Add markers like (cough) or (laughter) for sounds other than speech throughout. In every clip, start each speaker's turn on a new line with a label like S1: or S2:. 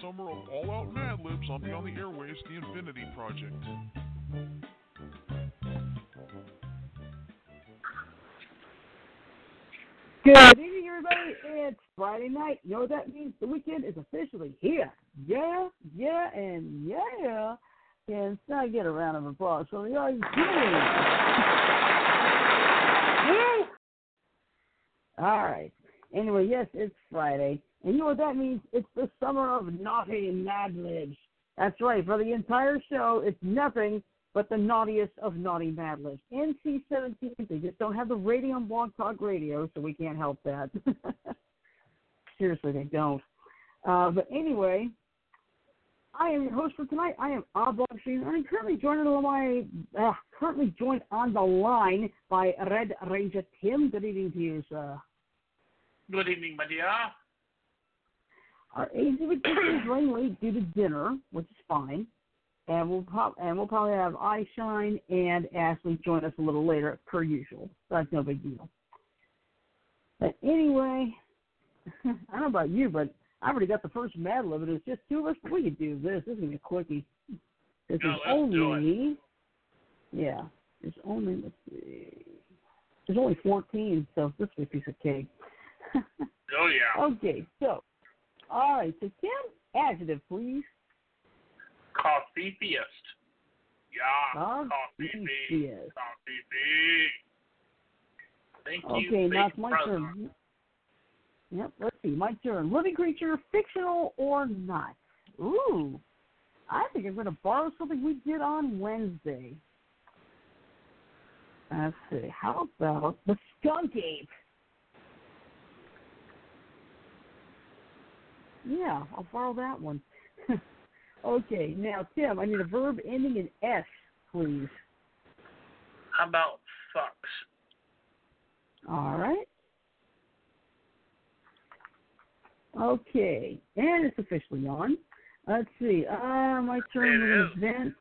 S1: summer of all out Mad Libs on Beyond the Airwaves, The Infinity Project.
S2: Good evening, everybody. It's Friday night. You know what that means? The weekend is officially here. Yeah, yeah, and yeah. Can I get a round of applause for the audience? Woo! All right. Anyway, yes, it's Friday. And you know what that means? It's the summer of naughty Mad Libs. That's right. For the entire show, it's nothing but the naughtiest of naughty Mad Libs. NC-17, they just don't have the radio on Blog Talk Radio, so we can't help that. (laughs) Seriously, they don't. Uh, but anyway, I am your host for tonight. I am Oblong Sheen. I'm currently joined on my uh, currently joined on the line by Red Ranger Tim. Good evening to you, sir.
S3: Good evening, my dear.
S2: Our agent would
S3: (coughs)
S2: is running late due to dinner, which is fine. And we'll prob- and we'll probably have I Shine and Ashley join us a little later per usual. That's no big deal. But anyway, (laughs) I don't know about you, but I already got the first Mad Lib, and it's just two of us. We could do this. This is gonna be a quickie. This
S3: Yeah,
S2: is
S3: let's do it.
S2: only yeah. It's only let's see. There's only fourteen, so this will be a piece of cake. (laughs)
S3: Oh yeah.
S2: okay, so all right, so Tim, adjective please.
S3: Coffee theist. Yeah.
S2: Coffee
S3: Coffee theist.
S2: theist.
S3: Coffee theist. Thank you.
S2: Okay, now
S3: thank
S2: it's my
S3: President.
S2: turn. Yep, let's see, my turn. Living creature, fictional or not? Ooh, I think I'm going to borrow something we did on Wednesday. Let's see, how about the skunk ape? Yeah, I'll borrow that one. (laughs) okay, now Tim, I need a verb ending in S, please.
S3: How about fucks?
S2: All right. Okay, and it's officially on. Let's see. Uh, my turn
S3: It
S2: was event.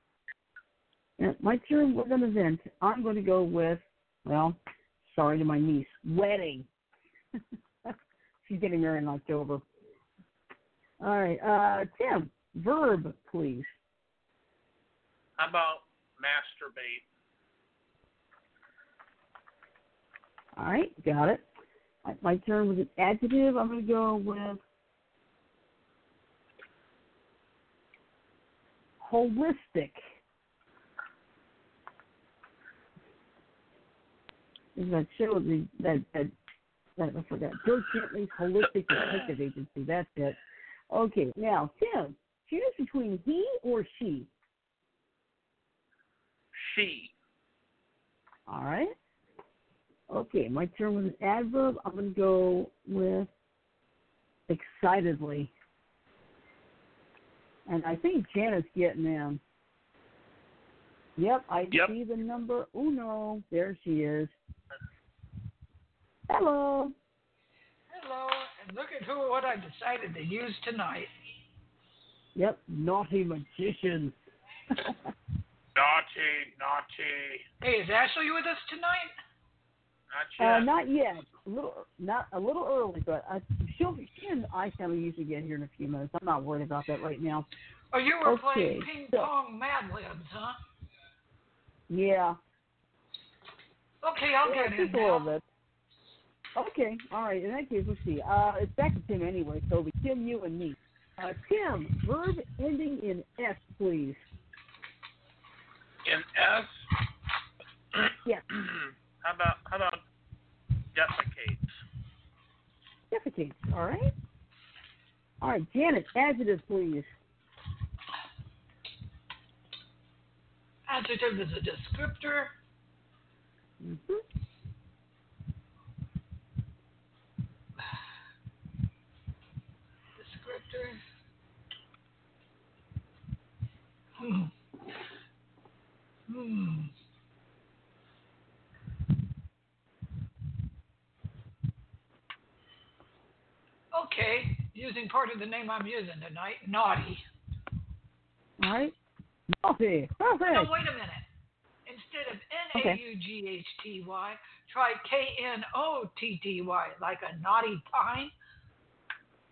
S2: Yeah, My turn was an event. I'm going to go with, well, sorry to my niece, wedding. (laughs) She's getting married in October. All right, uh, Tim, verb, please.
S3: How about masturbate?
S2: All right, got it. My- My turn was an adjective. I'm going to go with holistic. Is that show the that that that I forgot? Joe Gently's holistic detective agency. That's it. Okay, now Tim, choose between he or she.
S3: She.
S2: All right. Okay, my turn was an adverb. I'm going to go with excitedly. And I think Janet's getting in. Yep, I
S3: Yep.
S2: see the number uno. There she is. Hello.
S4: Hello, and look at who what I decided to use tonight.
S2: Yep, naughty magician.
S3: Naughty, naughty.
S4: Hey, is Ashley with us tonight?
S3: Not
S2: Uh,
S3: yet.
S2: not yet. A little, not a little early, but I, she'll she and I will usually get here in a few minutes. I'm not worried about that right now.
S4: Oh, you were
S2: Okay,
S4: playing ping
S2: so-
S4: pong Mad Libs, huh?
S2: Yeah,
S4: Okay, I'll
S2: Yeah,
S4: get in
S2: just a little
S4: now.
S2: bit. Okay, all right. In that case, let's see. Uh, it's back to Tim anyway, so it'll be Tim, you, and me. Uh, Tim, verb ending in S, please.
S3: In S.
S2: Yeah.
S3: (clears throat) how about how about defecate?
S2: Defecate, all right? All right, Janet, adjective, please.
S4: Adjective is a descriptor.
S2: hmm
S4: Descriptor. Hmm. Hmm. Okay, using part of the name I'm using tonight, naughty.
S2: All right? Naughty.
S4: No,
S2: Perfect.
S4: wait a minute. Instead of N
S2: Okay.
S4: A U G H T Y, try K N O T T Y, like a naughty pine.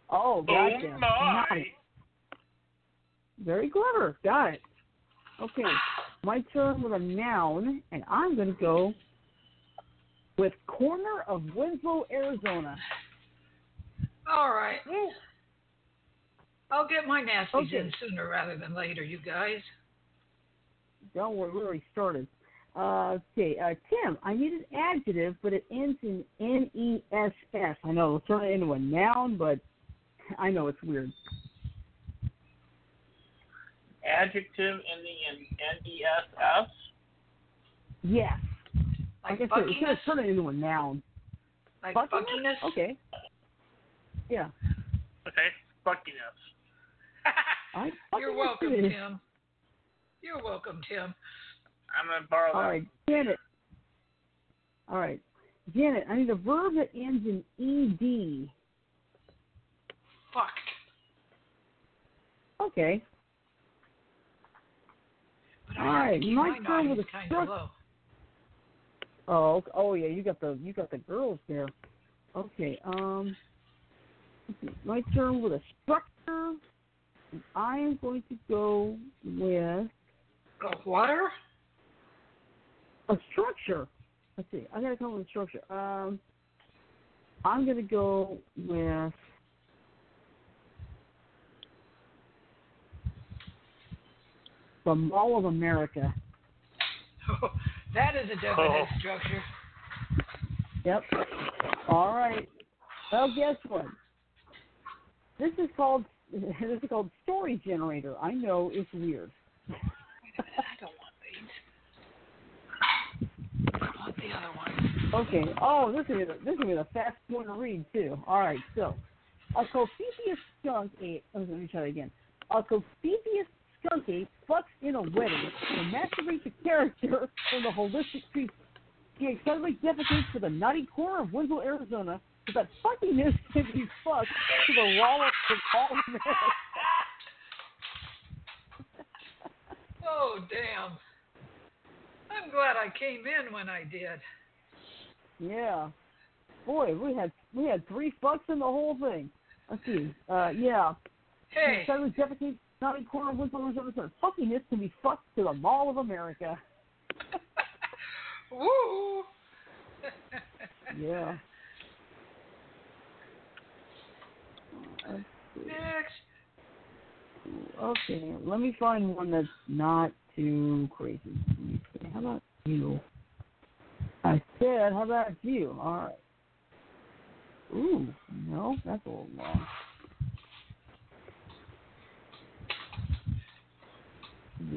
S2: Oh,
S3: Oh
S2: gotcha.
S3: my!
S2: Naughty. Very clever. Got it. Okay. My turn with a noun, and I'm going to go with corner of Winslow, Arizona.
S4: All right. I'll get my nasties
S2: Okay.
S4: in sooner rather than later, you guys.
S2: Don't worry, we already started. Uh, okay, uh, Tim, I need an adjective, but it ends in N E S S. I know, it'll turn it into a noun, but I know it's weird.
S3: Adjective ending in N-E-S-S.
S2: Yes.
S4: Like
S2: like I said, we
S4: buckiness.
S2: can't turn it into a noun.
S4: Like
S2: Buckiness?
S4: buckiness.
S2: Okay. Yeah.
S3: Okay, buckiness.
S2: I,
S4: You're
S2: buckiness
S4: welcome,
S2: it is.
S4: Tim. You're welcome, Tim.
S3: I'm gonna borrow
S2: All
S3: that.
S2: right, Janet. All right, Janet. I need a verb that ends in E ed.
S4: Fucked.
S2: Okay.
S4: But
S2: All
S4: I have to
S2: right,
S4: keep
S2: my
S4: my
S2: turn
S4: nine
S2: with
S4: is
S2: a
S4: kind
S2: struck-
S4: of low.
S2: Oh. ok- Oh yeah. You got the you got the girls there. Okay. Um. My turn with a structure. And I am going to go with
S4: Go water? (laughs)
S2: a structure. Let's see. I gotta come up with a structure. Um, I'm gonna go with. The Mall of America.
S4: that is a definite
S3: Oh.
S2: (laughs)
S4: structure.
S2: Yep. All right. Well, guess what? This is called (laughs) this is called story generator. I know it's weird.
S4: I don't want these. I want the other one.
S2: Okay. Oh, this is this is a fast one to read too. All right. So, a copious skunk ape. Oh, let me try that again. A copious skunk ape fucks in a wedding to masturbate the character from the holistic creature. He excitedly defecates to the nutty corner of Winslow, Arizona, so that fuckiness can be fucked to the wall of the call
S4: Oh, damn. I'm glad I came in when I did.
S2: Yeah. Boy, we had we had three fucks in the whole thing. Let's see. Uh, yeah. (laughs)
S4: Hey,
S2: Suddenly defecates not in corner of Winslow, Arizona. So fuckiness can be fucked to the Mall of America.
S4: woo! (laughs)
S2: Yeah.
S4: Next.
S2: Okay, let me find one that's not too crazy. Let me see. How about you? I said, how about you? All right. Ooh, no, that's a little long.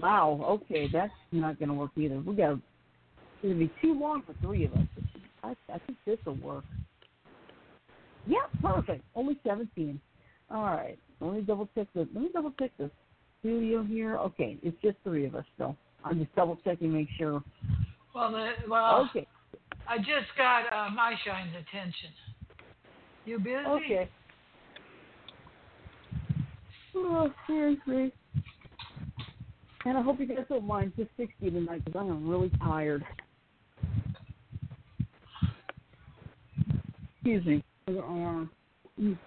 S2: Wow. Okay, that's not gonna work either. We got it'll be too long for three of us. I, I think this will work. Yeah, perfect. Only seventeen. All right. Let me double check the. Let me double check the studio here. Okay, it's just three of us, so I'm just double checking, make sure.
S4: Well, the, well
S2: okay.
S4: I just got uh, my shine's attention. You busy?
S2: Okay. Oh, seriously. And I hope you guys don't mind just 60 tonight because I am really tired. Excuse me. Other arm. Mm.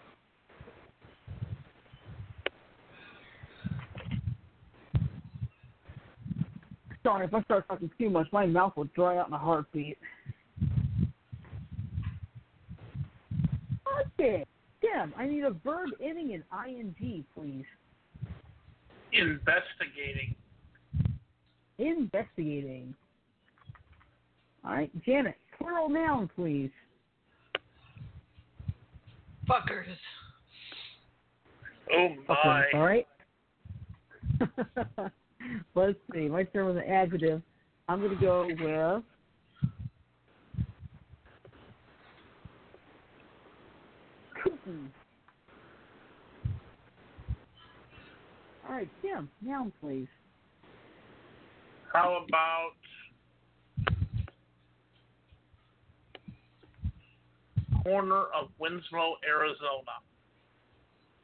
S2: Sorry, if I start talking too much, my mouth will dry out in a heartbeat. Okay. Tim, I need a verb ending in ing, please.
S3: Investigating.
S2: Investigating. All right, Janet, plural noun, please.
S4: Fuckers.
S3: Oh my.
S2: All right. (laughs) Let's see. My turn with an adjective. I'm going to go with. Kooky. All right, Tim, noun, please.
S3: How about corner of Winslow, Arizona?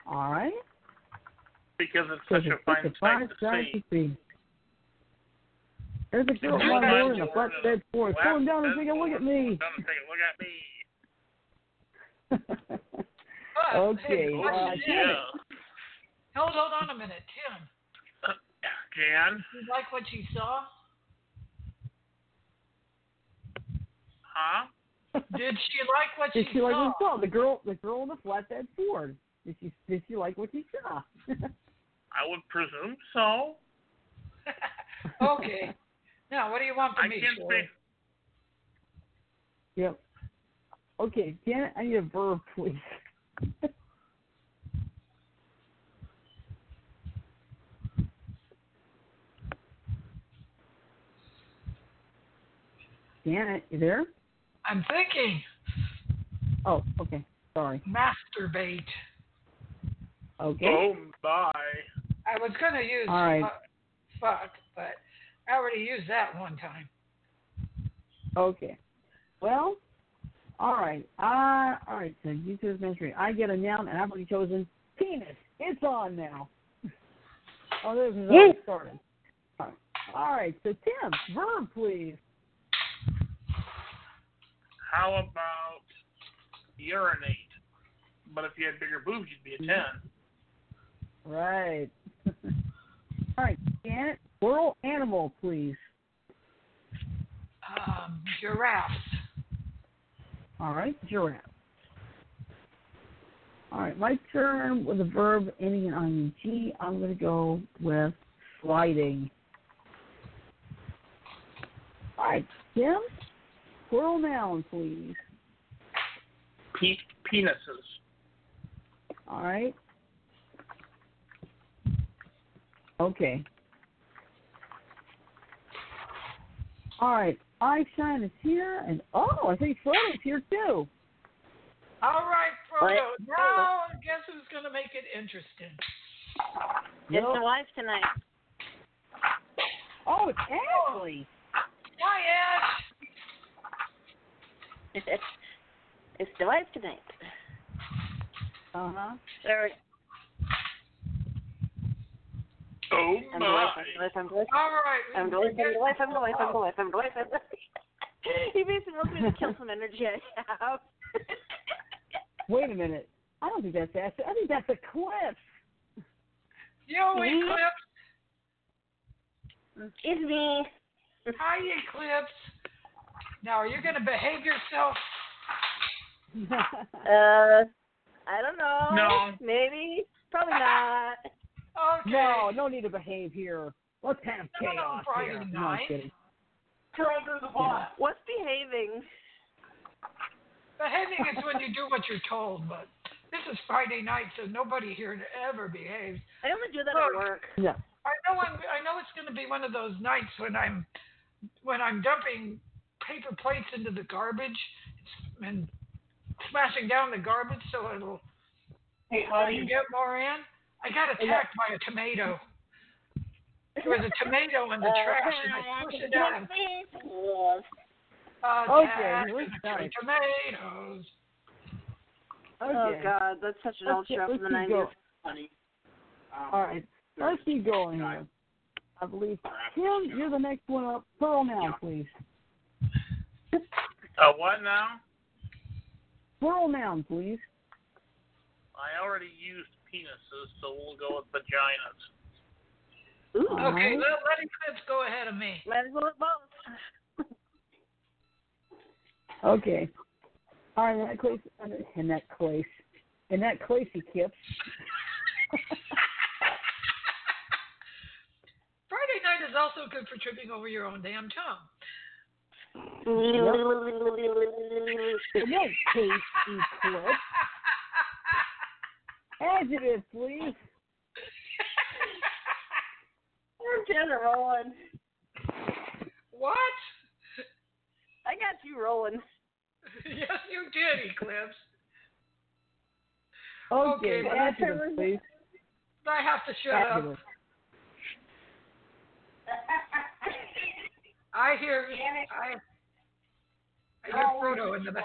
S2: All right.
S3: Because it's such a fine
S2: It's a
S3: sight to
S2: fine
S3: see.
S2: sight to see. There's a girl
S3: It's a
S2: on the
S3: fine
S2: road in a
S3: sight.
S2: flatbed Ford.
S3: Wow,
S2: Come down and
S3: that's
S2: take a look at
S3: wonderful.
S2: me.
S3: Come and take a look at me.
S4: But, hey,
S2: Okay, uh,
S4: what's
S3: Oh,
S2: Janet.
S4: Hold, hold on a minute, Tim.
S3: Jan.
S5: You like what you saw?
S3: Huh?
S5: Did she like what
S2: (laughs) Did
S5: she
S2: she like
S5: saw?
S2: what she saw? The girl, the girl in the flatbed Ford. Did she, did she like what she saw? (laughs)
S3: I would presume so.
S4: (laughs)
S5: okay. Now, what do you want
S3: I
S5: from me?
S3: can't
S5: Shirley?
S3: say.
S2: yep. Okay, Janet, I need a verb, please. (laughs) Janet, you there?
S5: I'm thinking
S2: Oh, okay. Sorry.
S5: masturbate.
S2: Okay.
S3: Oh my.
S5: I was going to use
S2: All right.
S5: fu- fuck, but I already used that one time.
S2: Okay. Well, all right. Uh, all right. So you choose mystery. I get a noun, and I've already chosen penis. It's on now. Oh, this is already started. All right. All right. So Tim, verb, please.
S3: How about urinate? But if you had bigger boobs, you'd be a ten.
S2: Right. (laughs) all right. Janet, plural animal, please.
S5: Um, giraffes.
S2: All right. Giraffe. All right. My turn with a verb ending in ing. I'm going to go with sliding. All right, Tim. Plural noun, please.
S3: Pe- penises.
S2: All right. Okay. All right. I shine is here, and oh, I think Frodo's here too.
S5: All right, Frodo.
S6: What?
S5: Now, guess who's going to make it interesting?
S6: It's
S2: Yep.
S6: alive tonight. (laughs)
S2: Oh, it's Ashley.
S5: Hi, Ash.
S6: it's alive tonight.
S2: Uh huh.
S6: Sorry,
S3: Oh
S6: I'm
S3: my.
S6: alive. I'm alive.
S5: All right. we
S6: I'm alive.
S5: forget-
S6: I'm alive. I'm alive. I'm alive. I'm alive. I'm alive. (laughs) He basically wants me to kill some energy I have.
S2: Wait a minute. I don't think that's Ashley. I think that's
S6: (laughs)
S2: Eclipse.
S5: Yo, Eclipse.
S6: Excuse me.
S5: Hi, Eclipse. Now, are you going to behave yourself?
S6: Uh, I don't know.
S3: No.
S6: Maybe. Probably not.
S2: (laughs)
S5: Okay.
S2: No, no need to behave here. Let's have
S5: No, no,
S2: chaos
S5: Friday
S2: here. No, I'm
S5: night.
S2: kidding.
S3: Under the
S2: Yeah.
S6: What's behaving?
S5: Behaving is when you do what you're told, but this is Friday night, so nobody here ever behaves.
S6: I only do that at work.
S2: Yeah.
S5: I know I'm, I know it's going to be one of those nights when I'm when I'm dumping paper plates into the garbage and smashing down the garbage so it'll
S3: Hey,
S5: you get more in. I got attacked by a tomato. There
S6: (laughs)
S5: was a tomato in the
S6: Uh,
S5: trash, and I pushed it out. Attacked
S2: we're
S5: and I
S2: sorry.
S5: threw tomatoes.
S6: Oh
S2: Okay.
S6: God, that's such an
S2: Let's
S6: old
S2: get-
S6: show
S2: let's
S6: from the
S2: keep
S6: nineties.
S2: going. All right. Let's keep going here. I believe. Tim, you're the next one up. Plural noun, please.
S3: Uh, what now?
S2: Plural noun, please.
S3: I already used penises, so we'll go with vaginas.
S6: Ooh,
S2: All
S5: Okay,
S2: right.
S5: let, let Eclipse go ahead of me.
S6: might as well have both.
S2: Okay. All right, in that place, in that place, in that place, he kips.
S5: Friday night is also good for tripping over your own damn tongue.
S2: In that case, he clips. Adjective, please.
S6: We're kind of rolling.
S5: (laughs) what?
S6: I got you rolling.
S5: (laughs) Yes, you did, Eclipse.
S2: Okay,
S5: Okay,
S2: adjective, please.
S5: I have to shut up.
S2: Adjective.
S5: I hear I, I hear Frodo in the back.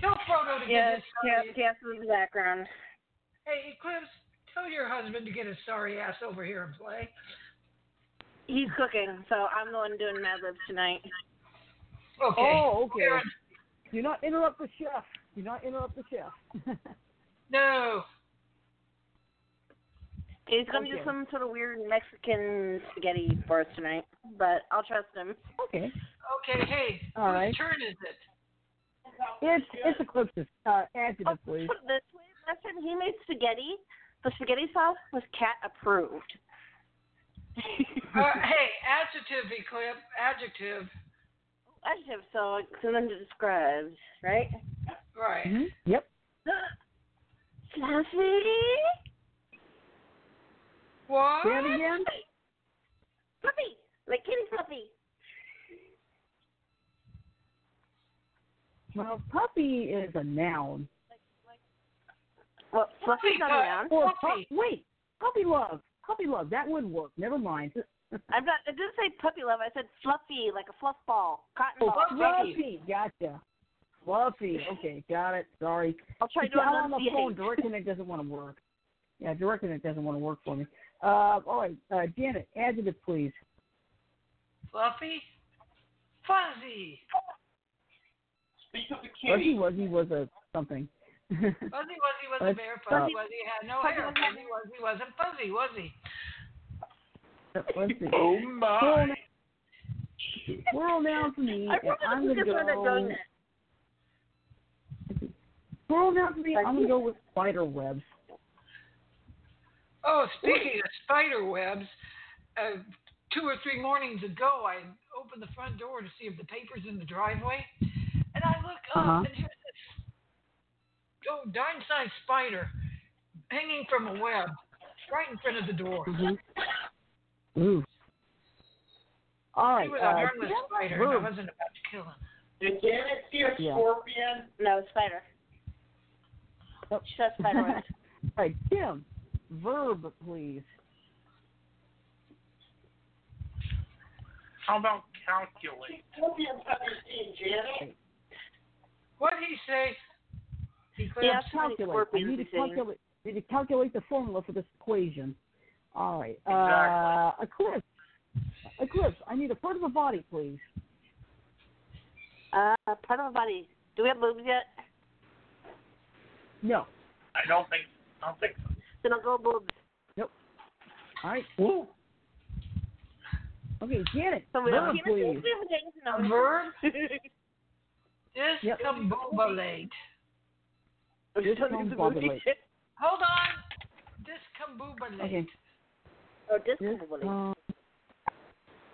S5: Tell Frodo to
S6: Yes,
S5: get his sorry.
S6: yes, yes, in the background.
S5: Hey, Eclipse, tell your husband to get his sorry ass over here and play.
S6: He's cooking, so I'm the one doing Mad Libs tonight.
S5: Okay.
S2: Oh, okay. Do not interrupt the chef. (laughs) Do not interrupt the chef.
S5: No.
S6: He's gonna do
S2: Okay.
S6: some sort of weird Mexican spaghetti for us tonight, but I'll trust him.
S2: Okay.
S5: Okay, hey,
S2: All right.
S5: whose turn is it?
S2: It's it's Eclipse's. Uh, Anthony,
S6: Oh,
S2: please.
S6: put it this way, last time he made spaghetti, the spaghetti sauce was cat approved.
S5: Uh, hey, adjective, Eclipse. Adjective.
S6: Adjective, so it's something to describe, right? (gasps)
S5: Right.
S2: Mhm. Yep.
S6: Fluffy.
S5: What?
S2: Say it again.
S6: Fluffy, like kitty fluffy.
S2: Well, puppy is a noun.
S6: (laughs) Well, fluffy's not
S5: Fluffy, uh,
S6: around.
S2: Or
S5: Puppy.
S2: pu- wait, puppy love. Puppy love. That would work. Never mind.
S6: I'm not. I didn't say puppy love. I said fluffy, like a fluff ball, cotton
S2: Oh,
S6: ball.
S2: fluffy. Gotcha. Fluffy. Okay, got it. Sorry.
S6: I'll try
S2: See,
S6: doing
S2: I'm on
S6: that.
S2: the phone. Direct
S6: (laughs)
S2: Connect doesn't want to work. Yeah, Direct Connect doesn't want to work for me. Uh, all right, uh, Janet, adjective, please.
S5: Fluffy? Fuzzy.
S3: Speak of the
S2: Fuzzy
S3: kitty.
S2: Wuzzy was a something. (laughs)
S5: Fuzzy Wuzzy was a
S2: Let's
S5: bear.
S2: stop.
S5: Fuzzy Wuzzy had no
S6: Fuzzy
S5: hair.
S6: Wuzzy had
S5: Fuzzy Wuzzy wasn't fuzzy, was he?
S2: Let's see.
S3: Oh my.
S2: Plural noun for me.
S6: I
S2: and I'm
S6: probably
S2: gonna
S6: just wanted
S2: go.
S6: donut.
S2: Plural noun for me. I'm gonna go with spider webs.
S5: Oh, speaking of spider webs, uh, two or three mornings ago, I opened the front door to see if the paper's in the driveway, and I look up
S2: Uh-huh.
S5: and here's this oh, dime-sized spider hanging from a web right in front of the door.
S2: Mm-hmm. Ooh. All right.
S5: He was
S2: uh,
S5: a harmless
S2: Janet,
S5: spider, and I
S2: verb.
S5: wasn't about to kill him.
S3: Did Janet see a
S2: Yeah.
S3: scorpion?
S6: No, spider.
S2: Nope.
S6: She said
S2: (laughs)
S6: spider web.
S2: All right, Tim. Verb, please.
S3: How about calculate?
S5: What would he say? He cleared
S6: Yeah. That's how many
S2: calculate. I
S6: scorpions
S2: need to
S6: we say.
S2: calculate. Need to calculate the formula for this equation. All right. Uh, eclipse. Eclipse. I need a part of the body, please.
S6: Uh, part of a body. Do we have boobs yet?
S2: No.
S3: I don't think. I don't think. So.
S6: Then I'll go boobs.
S2: All right. Okay, Janet.
S6: So we have
S2: verb,
S6: penises.
S2: please.
S6: We have vaginas. No.
S5: A
S6: (laughs)
S5: verb?
S2: Yep.
S5: Discombobulate.
S2: Just don't bother late.
S5: Hold on. Discombobulate.
S2: Okay.
S6: Oh,
S2: This,
S6: discombobulate.
S2: um,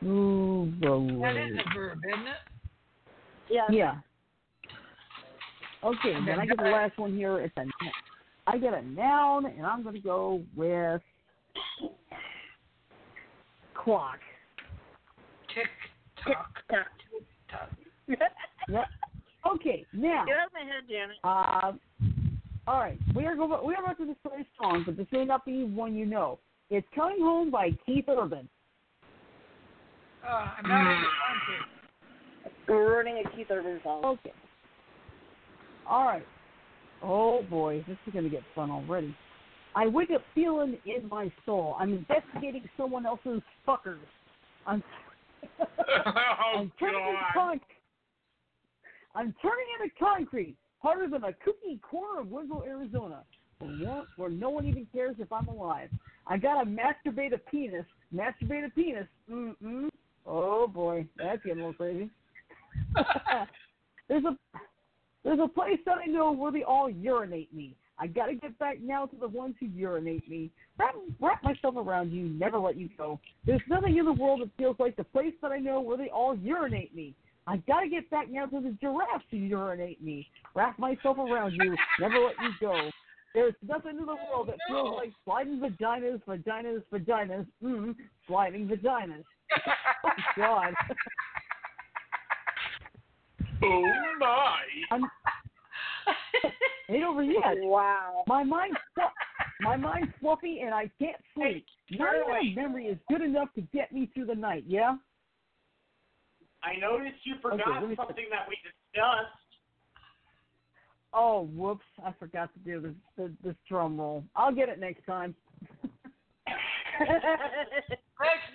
S2: ooh, the
S5: That is
S2: word.
S5: a verb, isn't it?
S6: Yeah.
S2: Yeah. Okay, then I get the last one here. It's a, I get a noun, and I'm going to go with clock.
S5: Tick tock.
S6: (laughs) Get
S2: Yep. Okay, now,
S6: out of my head, Janet.
S2: uh, all right, we are going. We are about to display a song, but this may not be one you know. It's "Coming Home" by Keith Urban.
S5: Uh,
S4: Ah,
S2: Mm.
S5: I'm not in the
S3: (laughs)
S5: concert.
S6: We're running a Keith Urban song.
S2: Okay. All right. Oh boy, this is going to get fun already. I wake up feeling in my soul. I'm investigating someone else's fuckers. I'm,
S3: (laughs) oh
S2: I'm turning into
S3: God.
S2: conc- I'm turning into concrete, harder than a cookie corner of Winslow, Arizona, where no, where no one even cares if I'm alive. I gotta masturbate a penis. Masturbate a penis. Mm-mm. Oh boy, that's getting a little crazy. (laughs) there's a there's a place that I know where they all urinate me. I gotta get back now to the ones who urinate me. Wrap, wrap myself around you, never let you go. There's nothing in the world that feels like the place that I know where they all urinate me. I gotta get back now to the giraffes who urinate me. Wrap myself around you, never let you go. There's nothing in the world that feels like sliding vaginas, vaginas, vaginas, mm, sliding vaginas. Oh God,
S3: Oh my.
S2: ain't over yet.
S6: Wow. (laughs)
S2: My mind's fu- my mind's fluffy and I can't sleep. Not even a memory is good enough to get me through the night. Yeah.
S3: I noticed you
S2: Okay, let me-
S3: that we discussed.
S2: Oh, whoops! I forgot to do this this, this drum roll. I'll get it next time.
S5: Thanks,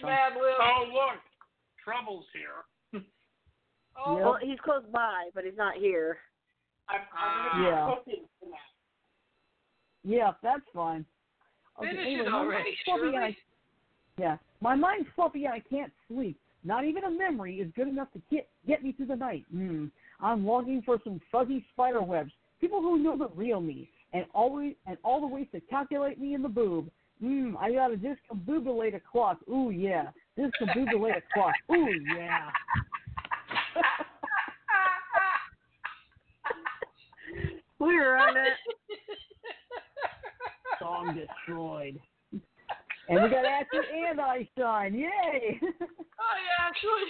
S5: Mad Lib.
S3: Oh look, Trouble's here.
S5: Oh,
S6: Well, he's close by, but he's not here.
S3: I'm, I'm
S2: Yeah. Yeah, that's fine. Okay,
S4: Finish
S2: anyway,
S4: it
S2: my mind's
S4: already,
S2: fluffy and I- (laughs)
S4: Shirley.
S2: yeah, my mind's fluffy and I can't sleep. Not even a memory is good enough to get get me through the night. Mm. I'm longing for some fuzzy spider webs, people who know the real me, and always and all the ways to calculate me in the boob. Mm, I got a discombobulate a clock. Ooh yeah, discombobulate a clock. Ooh yeah.
S6: We were on it.
S2: Song destroyed. And we got Ashley and Einstein. Yay! (laughs)
S4: oh yeah, actually.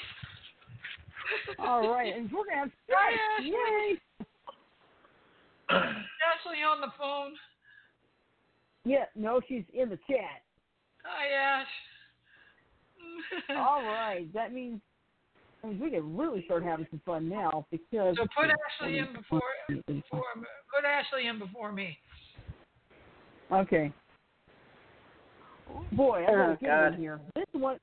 S2: all right, and we're gonna have
S4: Hi,
S2: sex.
S4: Ashley.
S2: Yay!
S4: (laughs) Ashley on the phone.
S2: Yeah, no, she's in the chat.
S4: Hi, Ash.
S2: All right, that means, that means we can really start having some fun now because.
S4: (laughs) So put Ashley in before before put Ashley in before me.
S2: Okay. Boy, I
S6: Oh,
S2: got a good one
S6: God.
S2: here. This one,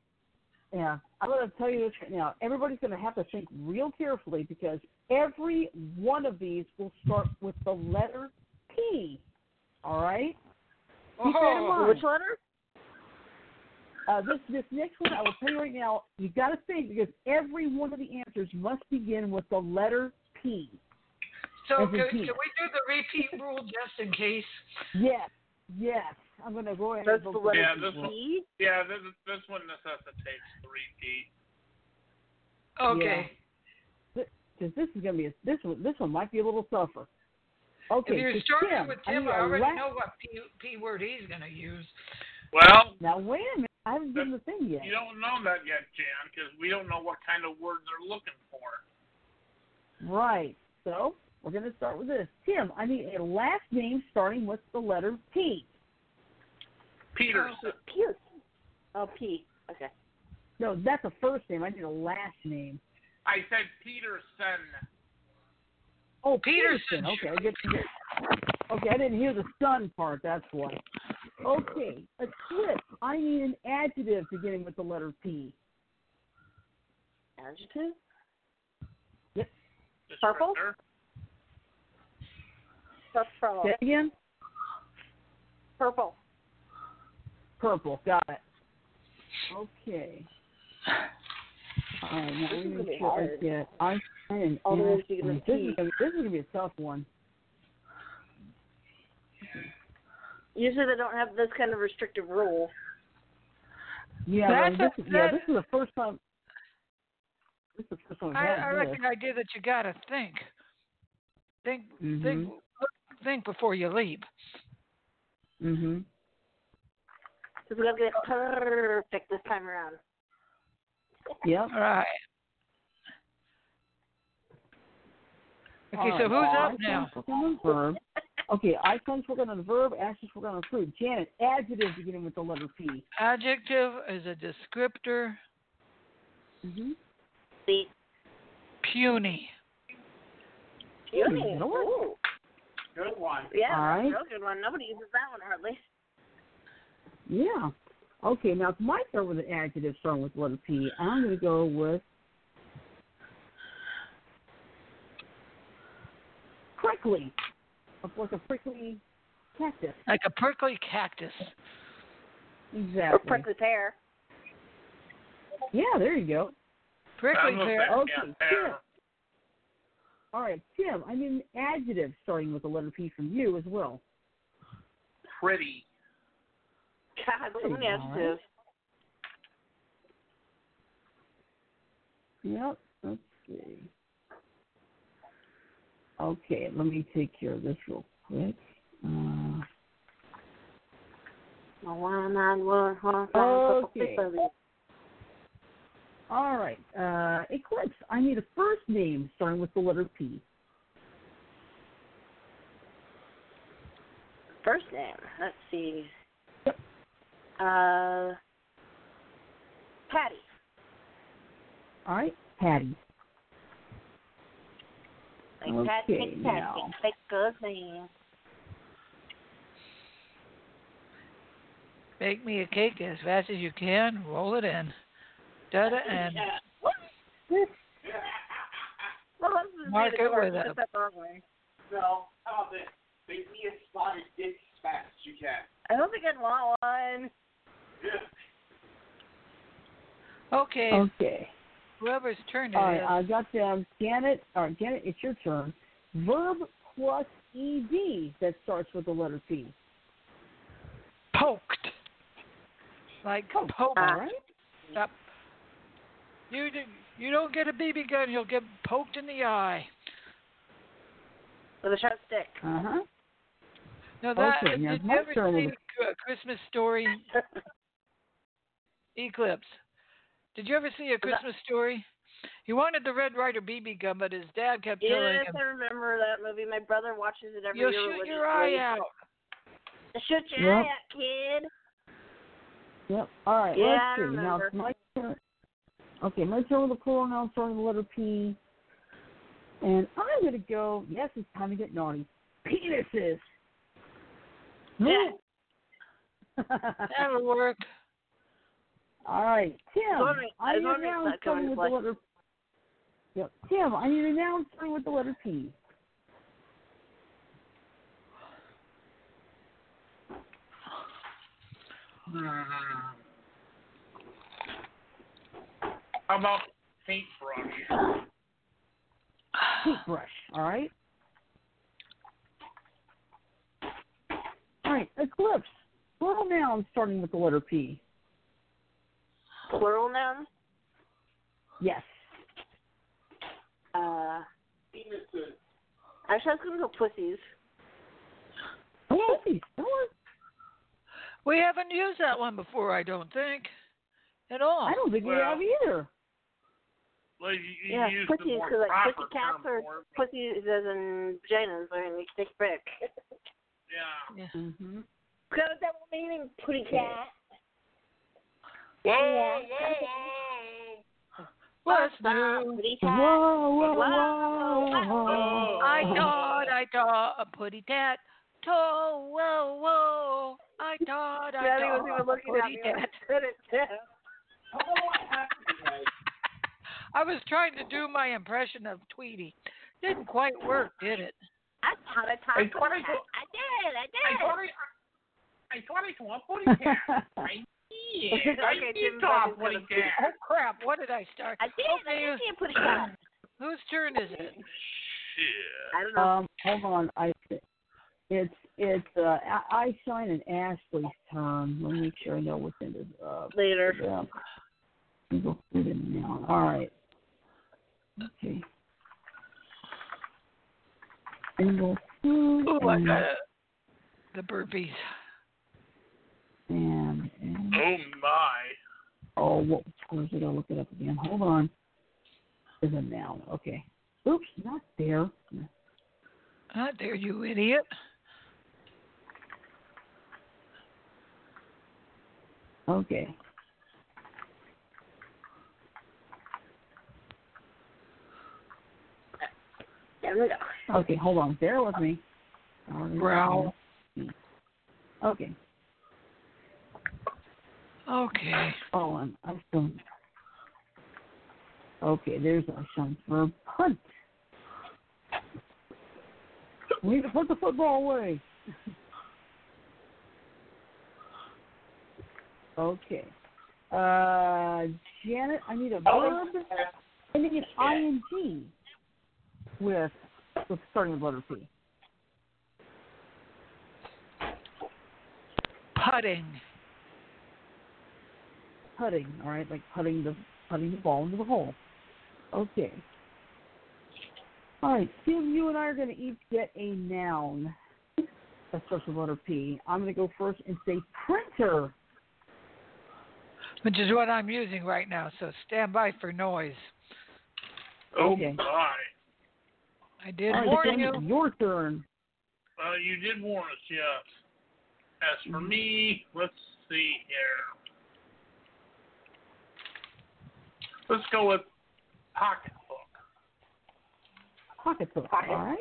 S2: yeah, I'm going to tell you this right now. Everybody's going to have to think real carefully because every one of these will start with the letter P. All right. Keep that in
S4: Oh,
S2: mind.
S6: Which letter?
S2: Uh, this this next one, I will tell you right now, you got to think because every one of the answers must begin with the letter P.
S4: So
S2: As
S4: can,
S2: in
S4: can we
S2: Pete.
S4: do the repeat rule just in case?
S2: Yes, yes. I'm going to go ahead.
S6: That's
S2: and
S6: the
S2: vote for
S6: letter
S3: Yeah,
S2: this
S3: this
S2: one.
S6: P.
S3: Yeah, this this one necessitates the repeat.
S4: Okay.
S2: because this is going to be a, this one. This one might be a little tougher. Okay,
S4: if you're
S2: so
S4: starting
S2: Tim,
S4: with
S2: I
S4: Tim,
S2: need
S4: I,
S2: a
S4: already
S2: last-
S4: know what P, P word he's gonna use.
S3: Well,
S2: Now wait a minute, I haven't given the thing yet.
S3: you don't know that yet, Jan, because we don't know what kind of word they're looking for.
S2: Right. So we're going to start with this. Tim, I need a last name starting with the letter P.
S3: Peterson.
S6: P. Oh, P. Okay.
S2: No, that's a first name. I need a last name.
S3: I said Peterson.
S2: Oh,
S4: Peterson.
S2: Okay, I get to Okay, I didn't hear the sun part. That's why. Okay, eclipse. I need an adjective beginning with the letter P.
S6: Adjective. Purple?
S3: descriptor.
S6: That's purple.
S2: Say it again.
S6: Purple.
S2: Purple. Got it. Okay. All right, now
S6: This
S2: let
S6: is
S2: me
S6: gonna be
S2: make sure I
S6: hard. Oh,
S2: get I and
S6: All the way to
S2: Ashton.
S6: the
S2: This is
S6: P.
S2: gonna- this is gonna be a tough one.
S6: Usually they don't have this kind of restrictive rule.
S2: Yeah,
S4: That's
S2: well,
S4: a-
S2: this, is yeah,
S4: that-
S2: this is the first time. This Oh, is the first time we've had
S4: I, I
S2: this.
S4: like the idea that you gotta think, think, think, think before you leap.
S2: Mm-hmm.
S6: So we got to get it perfect this time around.
S2: Yep.
S4: All right. Okay, so
S2: All
S4: who's
S2: right,
S4: up
S2: I
S4: now?
S2: comes working on verb. Okay, icons working on a verb, actions working on a fruit. Janet, adjective beginning with the letter P.
S4: Adjective is a descriptor.
S2: Mm-hmm.
S6: The
S4: Puny.
S6: puny.
S2: you know what?
S6: Ooh.
S3: Good one.
S6: Yeah,
S2: All
S6: that's a
S2: right.
S6: real good one. Nobody uses that one hardly.
S2: Yeah. Okay, now it's my turn with an adjective starting with the letter P. I'm going to go with prickly. Of course, a prickly cactus.
S4: Like a prickly cactus.
S2: Exactly.
S6: Or prickly pear.
S2: Yeah, there you go.
S4: Prickly
S3: I'm a
S4: pear.
S3: fan.
S2: Okay,
S3: Yeah, pear.
S2: All right, Tim, I need an adjective starting with the letter P from you as well.
S3: Pretty.
S6: God, so many
S2: All right.
S6: adjectives.
S2: Yep. Let's see. Okay, let me take care of this real quick. Uh,
S6: One, nine, one, one, five,
S2: Okay.
S6: six, seven.
S2: all right, uh, Eclipse. I need a first name starting with the letter P.
S6: First name. Let's see. Uh, Patty.
S2: All right, Patty.
S6: Like Patty,
S2: Okay,
S6: Patty,
S2: now.
S6: Patty, good name.
S4: Bake me a cake as fast as you can. Roll it in. Da-da and
S6: Well, let's just
S4: Mark
S6: leave
S4: it with
S6: Put
S4: a-
S6: that the wrong way.
S3: So, how about this? Make me a spotted dick
S7: fast as you can.
S6: I don't think I'd want one.
S5: Okay,
S2: Okay.
S5: whoever's turn it is.
S2: Oh. All right, I got them. Janet, all right, Janet, it's your turn. Verb plus ed that starts with the letter P.
S5: poked. Like poked.
S6: all
S2: right.
S5: Yep. You do, you don't get a BB gun, you'll get poked in the eye.
S6: With a sharp stick.
S2: Uh huh.
S5: Now that
S2: Okay, now
S5: did you
S2: my
S5: ever
S2: turn
S5: see
S2: is-
S5: a Christmas story Eclipse? Did you ever see a Christmas story? He wanted the Red Rider BB gun, but his dad kept telling
S6: yes,
S5: him,
S6: I remember that movie. My brother watches it every
S5: "You'll
S6: year.
S5: shoot your
S6: religiously.
S5: eye out."
S6: Shoot your
S2: Yep.
S6: eye out, kid.
S2: Yep. All right.
S6: Yeah, I
S2: let's see. Now
S6: remember.
S2: it's my turn. Okay, my turn with a pronoun starting with the letter P. And I'm gonna go. Yes, it's time to get naughty. Penises.
S6: Yeah.
S5: (laughs) That'll work.
S2: (laughs) All right,
S6: I
S2: Tim.
S6: was wondering- I
S2: I
S6: was
S2: need a
S6: wondering if
S2: noun
S6: that
S2: starting
S6: comes
S2: with the
S6: like-
S2: letter. Yep. Tim, I need a noun starting with the letter P.
S3: Hmm. How about paintbrush?
S2: Brush. All right. All right. Eclipse. Plural noun starting with the letter P.
S6: Plural noun.
S2: Yes.
S6: Uh, actually, I was gonna go pussies.
S2: Okay. That was
S5: (sighs) We haven't used that one before, I don't think, at all.
S2: I don't think we
S3: Well.
S2: have either.
S3: Like, you, you
S6: Yeah,
S3: use the
S6: pussies,
S3: more
S6: 'cause, like,
S3: proper
S6: pussy cats
S3: term
S6: are-
S3: for it.
S6: Pussies as in vaginas, I mean, they brick.
S3: Yeah.
S2: Mm-hmm.
S6: Got a double meaning, pussy cat.
S3: Whoa,
S6: Yeah.
S3: whoa,
S5: What's
S6: Ah,
S5: new?
S6: Pussy
S2: Whoa,
S6: cat.
S2: whoa,
S6: Wow.
S2: whoa.
S5: I
S6: Oh.
S5: thought I thought a putty tat. Toe, whoa, whoa. I thought I
S6: Daddy was
S5: thought
S6: even
S5: a
S6: looking at
S5: putty
S6: me when I
S5: tat.
S6: said it too.
S3: Oh,
S5: I was trying to do my impression of Tweety. Didn't quite work, did it?
S6: I thought I
S3: I
S6: talked
S3: thought I
S6: pussy cat.
S3: go-
S6: I did, I
S3: I
S6: did.
S3: thought I, I thought I saw a pussy (laughs) cat. I did. I
S6: Okay,
S3: did
S6: Jim's
S3: saw a
S6: always
S3: pussy
S6: gonna be-
S5: Oh
S3: cat.
S5: crap, what did I start?
S6: I did, I
S5: Okay.
S6: did see a pussy cat.
S5: Whose turn is it?
S3: Shit.
S6: I don't know.
S2: (laughs) Um, hold on. I it's it's uh, I- I shine and Ashley's turn. Let me make sure I know what's in this. Uh,
S6: Oh. Later.
S2: yeah. We go through them now. All right. Okay. And go through
S5: Oh my
S2: and-
S5: god. The burpees.
S2: and- and-
S3: Oh my.
S2: Oh, what was I gotta look it up again. Hold on. Is a noun. Okay. Oops, not there.
S5: Ah, there you idiot.
S2: Okay.
S6: There we go.
S2: Okay, hold on. Bear with me. All right.
S5: Growl.
S2: Okay.
S5: Okay.
S2: Hold on. I'm still. Okay, there's our son verb punt. We need to put the football away. (laughs) okay. Uh, Janet, I need a verb ending in ing with, with starting with letter P.
S5: Putting.
S2: putting, all right, like putting the putting the ball into the hole. Okay. All right, Tim, you and I are going to each get a noun that starts with letter P. I'm going to go first and say printer.
S5: Which is what I'm using right now, so stand by for noise.
S3: Oh
S2: Okay.
S3: my.
S5: I did
S2: All right,
S5: warn
S2: Tim,
S5: you.
S2: it's your turn.
S3: Uh, you did warn us, yes. As for me, let's see here. Let's go with pocketbook.
S2: Pocketbook. All right.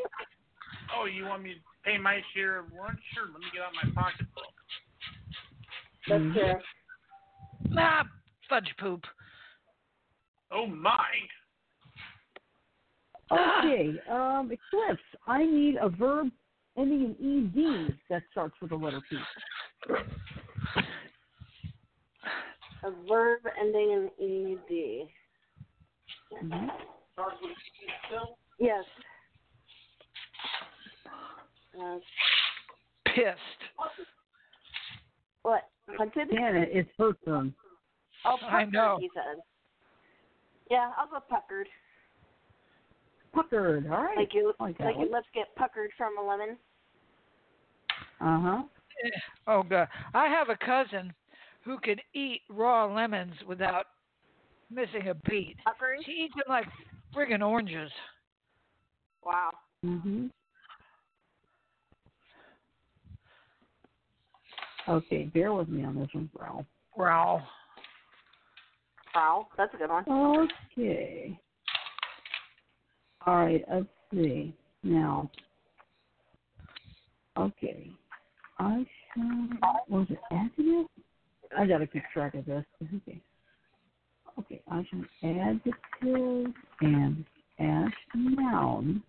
S3: Oh, you want me to pay my share of lunch? Sure, let me get out my pocketbook.
S6: That's
S2: Mhm.
S6: true.
S5: Ah, fudge poop.
S3: Oh my.
S2: (laughs) Okay. Um, Eclipse. I need a verb ending in ed that starts with the letter P.
S6: A verb ending in E, ed.
S2: Mhm.
S6: Yes. Uh,
S5: Pissed.
S6: what? Hunted?
S2: Janet, it's her turn.
S6: Oh, puckered,
S5: I know.
S6: he said. Yeah, I'll go puckered.
S2: Puckered. All right.
S6: Like you,
S2: I like
S6: like
S2: that
S6: your
S2: one.
S6: lips get puckered from a lemon.
S2: Uh huh.
S5: Oh god. I have a cousin who could eat raw lemons without missing a beat.
S6: Puckered?
S5: She eats them like friggin' oranges.
S6: Wow.
S2: Mhm. Okay, bear with me on this one, bro.
S5: Wow.
S6: Wow. That's a good one.
S2: Okay. All right, let's see. Now, okay. I shall, was it adjective? I gotta keep track of this. Okay. Okay, I shall adjective and as noun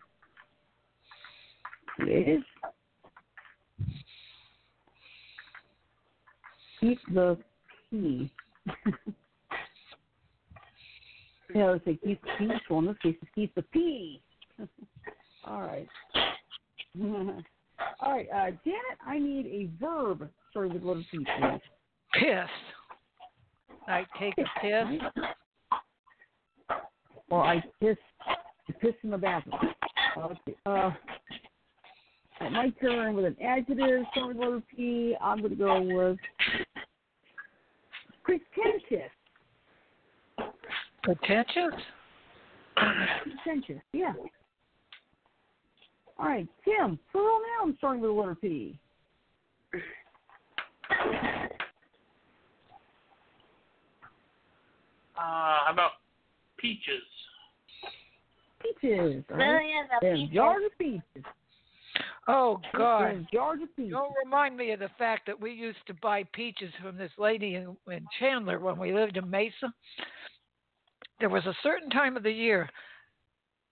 S2: with keep the P. Yeah, let's say keep the peace. Well, in this case, it's keep the P. (laughs) All right. (laughs) All right, uh, Janet, I need a verb starting with letter P, please.
S5: Pissed. I take a piss.
S2: Or I piss, I piss in the bathroom. Okay. Uh, at my turn with an adjective starting with letter P, I'm going to go with pretentious.
S5: Pretentious?
S2: Pretentious, yeah. All right, Tim, plural noun starting with the letter P.
S3: Uh, how about peaches?
S2: Peaches. All right.
S6: Million of
S2: There's
S6: peaches.
S2: Georgia peaches.
S5: Oh god.
S2: There's Georgia peaches.
S5: Don't remind me of the fact that we used to buy peaches from this lady in, in Chandler when we lived in Mesa. There was a certain time of the year,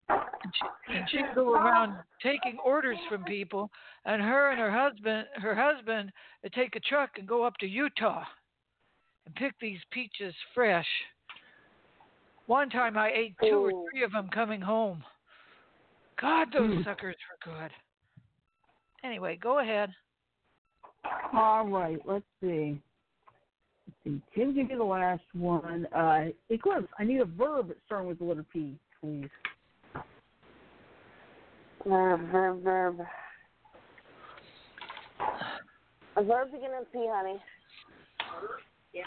S5: and she, and she'd go around taking orders from people, and her and her husband, her husband, would take a truck and go up to Utah and pick these peaches fresh. One time, I ate two or
S6: Ooh.
S5: three of them coming home. God, those suckers were good. Anyway, go ahead.
S2: All right, let's see. Let's see. Tim, give me the last one. Uh, Eclipse, I need a verb starting with the letter P, please.
S6: Verb, verb, verb. A verb beginning with P, honey. Yeah.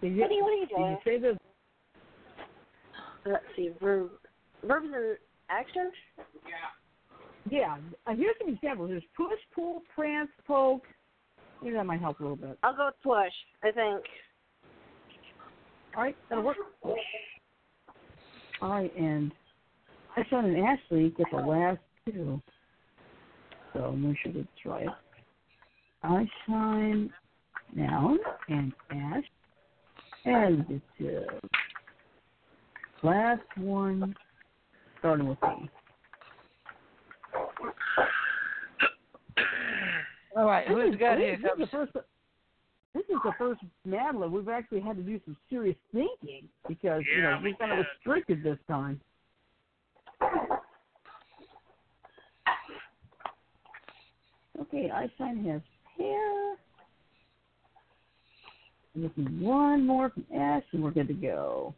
S2: Did
S6: What are you, what are you
S2: did you
S6: doing?
S2: say the
S6: Let's see, verb. Verbs in action?
S2: Yeah. Uh, here's some examples. There's push, pull, prance, poke. Maybe that might help a little bit.
S6: I'll go with push, I think.
S2: All right, that'll work. All right, and my son and Ashley get the last two. So make sure it's right. I shine noun and ash adjective. uh, Last one, starting with me.
S5: All right,
S2: This
S5: who's
S2: is-
S5: got
S2: this, this is the
S5: hiccups?
S2: first. This is the first Mad Lib we've actually had to do some serious thinking because you know
S3: Yeah, we
S2: we kind of
S3: did.
S2: restricted this time. Okay, Einstein has hair. I'm missing one more from Ash, and we're good to go.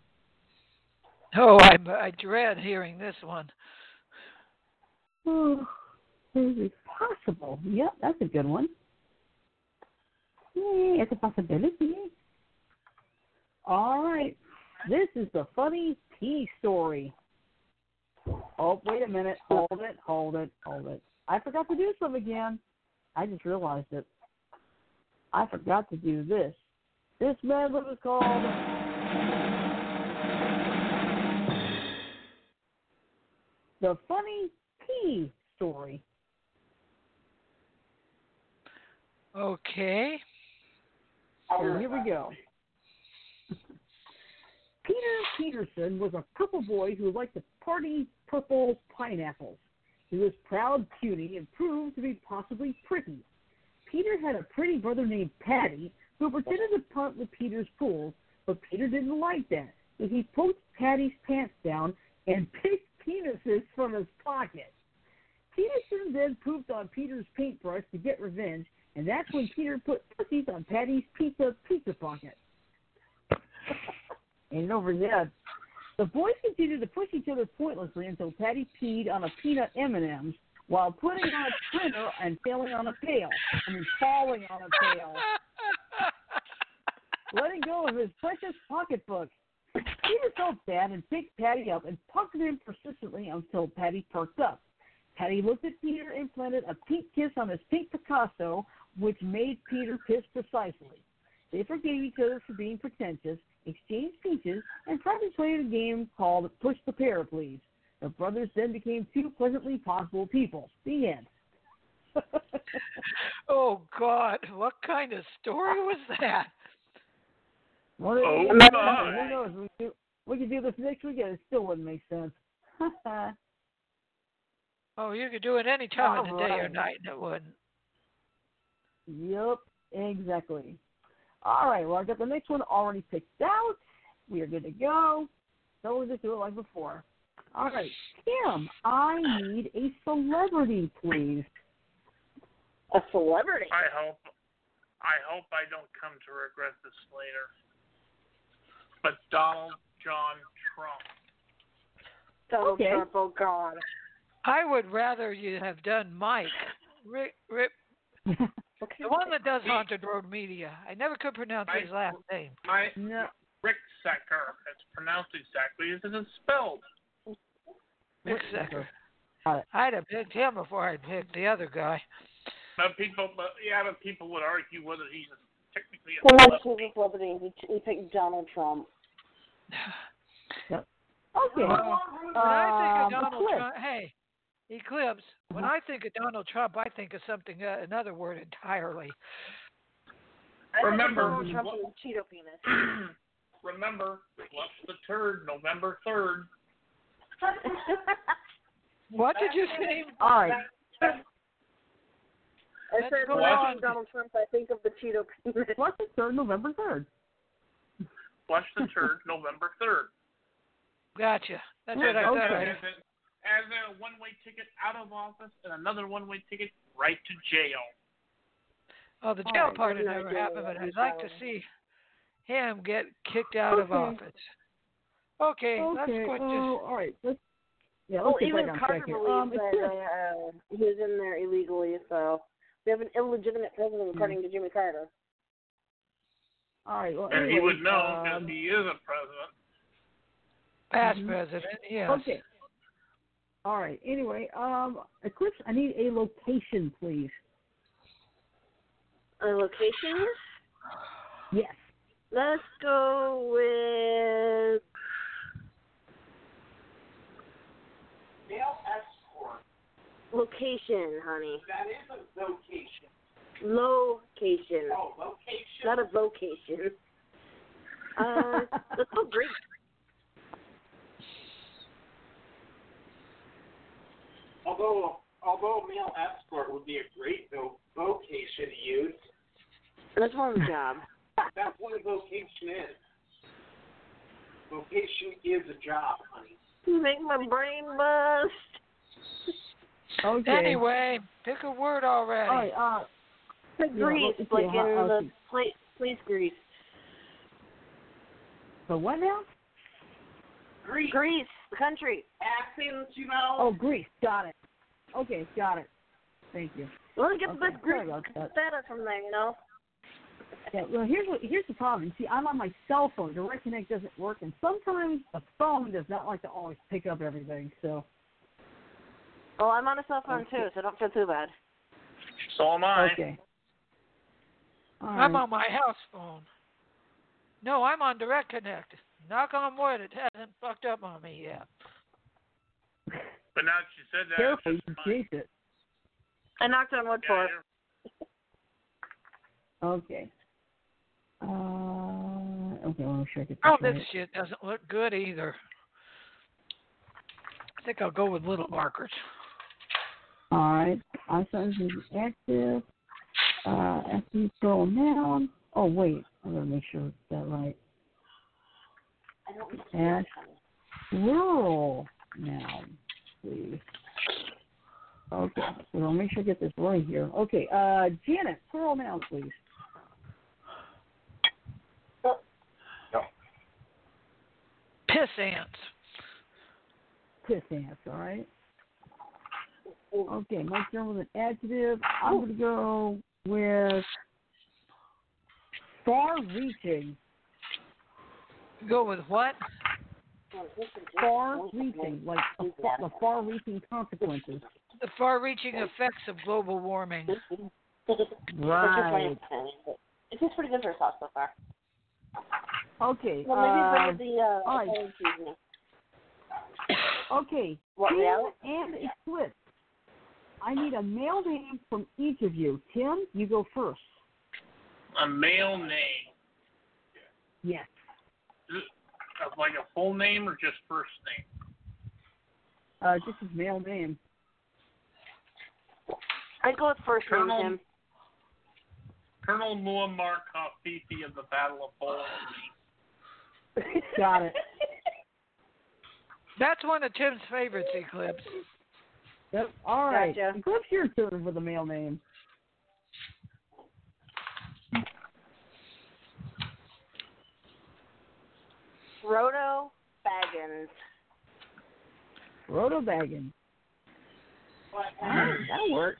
S5: Oh, I, I dread hearing this one.
S2: Oh, is it possible? Yep, that's a good one. Yay, it's a possibility. All right, this is the funny pea story. Oh, wait a minute. Hold it, hold it, hold it. I forgot to do some again. I just realized it. I forgot to do this. This Mad Lib is called. The Funny Pea Story.
S5: Okay.
S2: So here we go. (laughs) Peter Peterson was a purple boy who liked to party purple pineapples. He was proud, puny, and proved to be possibly pretty. Peter had a pretty brother named Patty who pretended to punt with Peter's pools, but Peter didn't like that, so he poked Patty's pants down and (laughs) picked penises from his pocket. Peterson then pooped on Peter's paintbrush to get revenge, and that's when Peter put pussies on Patty's pizza pizza pocket. and over that, the boys continued to push each other pointlessly until Patty peed on a peanut M&M's while putting on a printer and failing on a pail. I mean, falling on a pail. Letting go of his precious pocketbook. Peter felt bad and picked Patty up and pucked him persistently until Patty perked up. Patty looked at Peter and planted a pink kiss on his pink Picasso, which made Peter piss precisely. They forgave each other for being pretentious, exchanged peaches, and promptly played a game called Push the Pair, Please. The brothers then became two pleasantly possible people. The end. (laughs)
S5: Oh God, what kind of story was that?
S2: Well, it-
S3: Oh,
S2: it doesn't
S3: my.
S2: matter. Who knows? We, could- we could do this next weekend. It still wouldn't make sense. (laughs)
S5: Oh, you could do it any time of the day or
S2: Alright.
S5: night, and it wouldn't.
S2: Yep, exactly. All right, well, I got the next one already picked out. We are good to go. So we'll just do it like before. All right, Kim, I need a celebrity, please.
S6: A celebrity.
S3: I hope I hope I don't come to regret this later. But Donald John Trump.
S6: Donald
S2: Okay.
S6: Trump. Oh God.
S5: I would rather you have done Mike, Rick, Rick,
S6: Okay.
S5: the one that does Haunted Road Media. I never could pronounce his
S3: Mike-
S5: last name.
S3: My
S2: (laughs) No,
S3: Rick Secker. It's pronounced exactly as it is spelled.
S5: Rick
S2: Rick
S5: Secker.
S2: Got it.
S5: I'd have picked him before I'd picked the other guy.
S3: But people, but yeah, but people would argue whether he's technically a
S6: Well, my
S3: celebrity.
S6: favorite celebrity. We, we picked Donald Trump.
S2: okay.
S5: Well, Uh, When I think of
S2: Um,
S5: Donald
S2: Eclipse.
S5: Trump, hey, Eclipse. When I think of Donald Trump, I think of something uh, another word entirely.
S6: I like
S3: Remember-
S6: Donald Trump and the Cheeto (laughs) penis.
S3: (clears throat) Remember, left the third, November third.
S5: What did you say?
S2: All right.
S6: I
S5: Let's
S6: said
S5: go
S6: when I
S3: on.
S6: think Donald Trump, I think of the Cheeto penis.
S2: Plus the third, November third.
S3: Flush the (laughs) turd, November third.
S5: Gotcha. That's what I
S2: Okay.
S5: thought. I
S3: As a, as a one-way ticket out of office and another one-way ticket right to jail.
S5: Oh, the
S6: All
S5: jail
S6: right,
S5: part
S6: good
S5: had never
S6: idea,
S5: happened, but
S6: I'll
S5: I'd like to
S6: follow.
S5: see him get kicked out of
S2: Okay.
S5: office. Okay, let's
S2: okay.
S5: quit
S2: oh, all right. Let's, yeah, let's
S6: Well,
S2: get
S6: Oh, even
S2: back on
S6: Carter
S2: track here.
S6: believes
S2: Um,
S6: that
S2: it's-
S6: uh, he was in there illegally, so we have an illegitimate president
S2: Hmm.
S6: according to Jimmy Carter.
S2: all right. Well,
S3: And he
S2: anyway,
S3: would know because
S2: um,
S3: he is a president.
S5: this past
S2: Mhm.
S5: president. Yes.
S2: Okay. All right. Anyway, um, Eclipse, I need a location, please.
S6: A location?
S2: Yes.
S6: Let's go with. Location, honey. That is a location. Location. Oh, location. Not a
S2: (laughs)
S6: vocation. Uh, let's go Greek.
S7: Although, although male escort would be a great vo- vocation to use,
S6: That's one job.
S7: that's what a vocation is. Vocation is a job, honey.
S6: You (laughs) make my brain bust.
S2: Okay.
S5: Anyway, pick a word already.
S2: All right. Uh,
S6: The
S2: Yeah,
S6: grease,
S2: look,
S6: like
S2: yeah,
S6: in
S2: I'll
S6: the
S2: see.
S6: place, place grease.
S2: the what now?
S7: Greek
S6: Greece, the country.
S7: accents, you know.
S2: Oh, Greece. Got it. Okay, got it. Thank you.
S6: Well, get
S2: Okay,
S6: the best
S2: sorry
S6: Greek
S2: about that.
S6: feta from there, you know.
S2: Yeah, well, here's what, here's the problem. See, I'm on my cell phone. Direct Connect doesn't work, and sometimes the phone does not like to always pick up everything. So
S6: Well, I'm on a cell phone
S2: Okay.
S6: too, so don't feel too bad.
S3: So am I.
S2: okay. All
S5: I'm
S2: right.
S5: on my house phone. No, I'm on Direct Connect. Knock on wood, it hasn't fucked up on me yet.
S3: But now that you said that,
S2: Careful,
S3: it's
S2: you
S3: just fine.
S2: jinx it.
S6: I knocked on wood for
S3: Yeah,
S6: it.
S3: you're-
S2: Okay. Uh, Okay, I want to make sure I get this
S5: Oh,
S2: right.
S5: this shit doesn't look good either. I think I'll go with little markers.
S2: All right. Our sentence is active. Uh, after you scroll down. Oh, wait. I'm going to make sure it's that right.
S6: I don't know.
S2: Ask rural noun, please. Okay. So I'll make sure I get this right here. Okay. Uh, Janet, plural noun, please.
S5: Piss ants.
S2: Piss ants, all right? Okay. My turn was an adjective.
S6: Oh.
S2: I'm going to go with far reaching.
S5: Go with what?
S2: Far reaching. Like the, fa- the far reaching consequences.
S5: The far-reaching effects of global warming.
S2: Right.
S6: It tastes pretty good for a sauce so far.
S2: Okay.
S6: Well, maybe
S2: uh,
S6: bring the uh,
S2: all right.
S6: orange juice in.
S2: Okay.
S6: What,
S2: Tim
S6: now?
S2: and Eclipse. I need a male name from each of you. Tim, you go first.
S3: A male name.
S2: Yes.
S3: Of like a full name or just first name?
S2: Uh, just his male name.
S6: I'd go with first name,
S3: Colonel-
S6: Tim.
S3: Colonel Muammar Gaddafi of the Battle of Bowling.
S2: (laughs) Got
S6: (laughs)
S2: it.
S5: That's one of Tim's favorites, Eclipse.
S2: Yep. All right.
S6: Gotcha.
S2: Eclipse, your turn with a male name.
S6: Roto Baggins.
S2: Roto Baggins.
S6: (laughs)
S2: That'll work.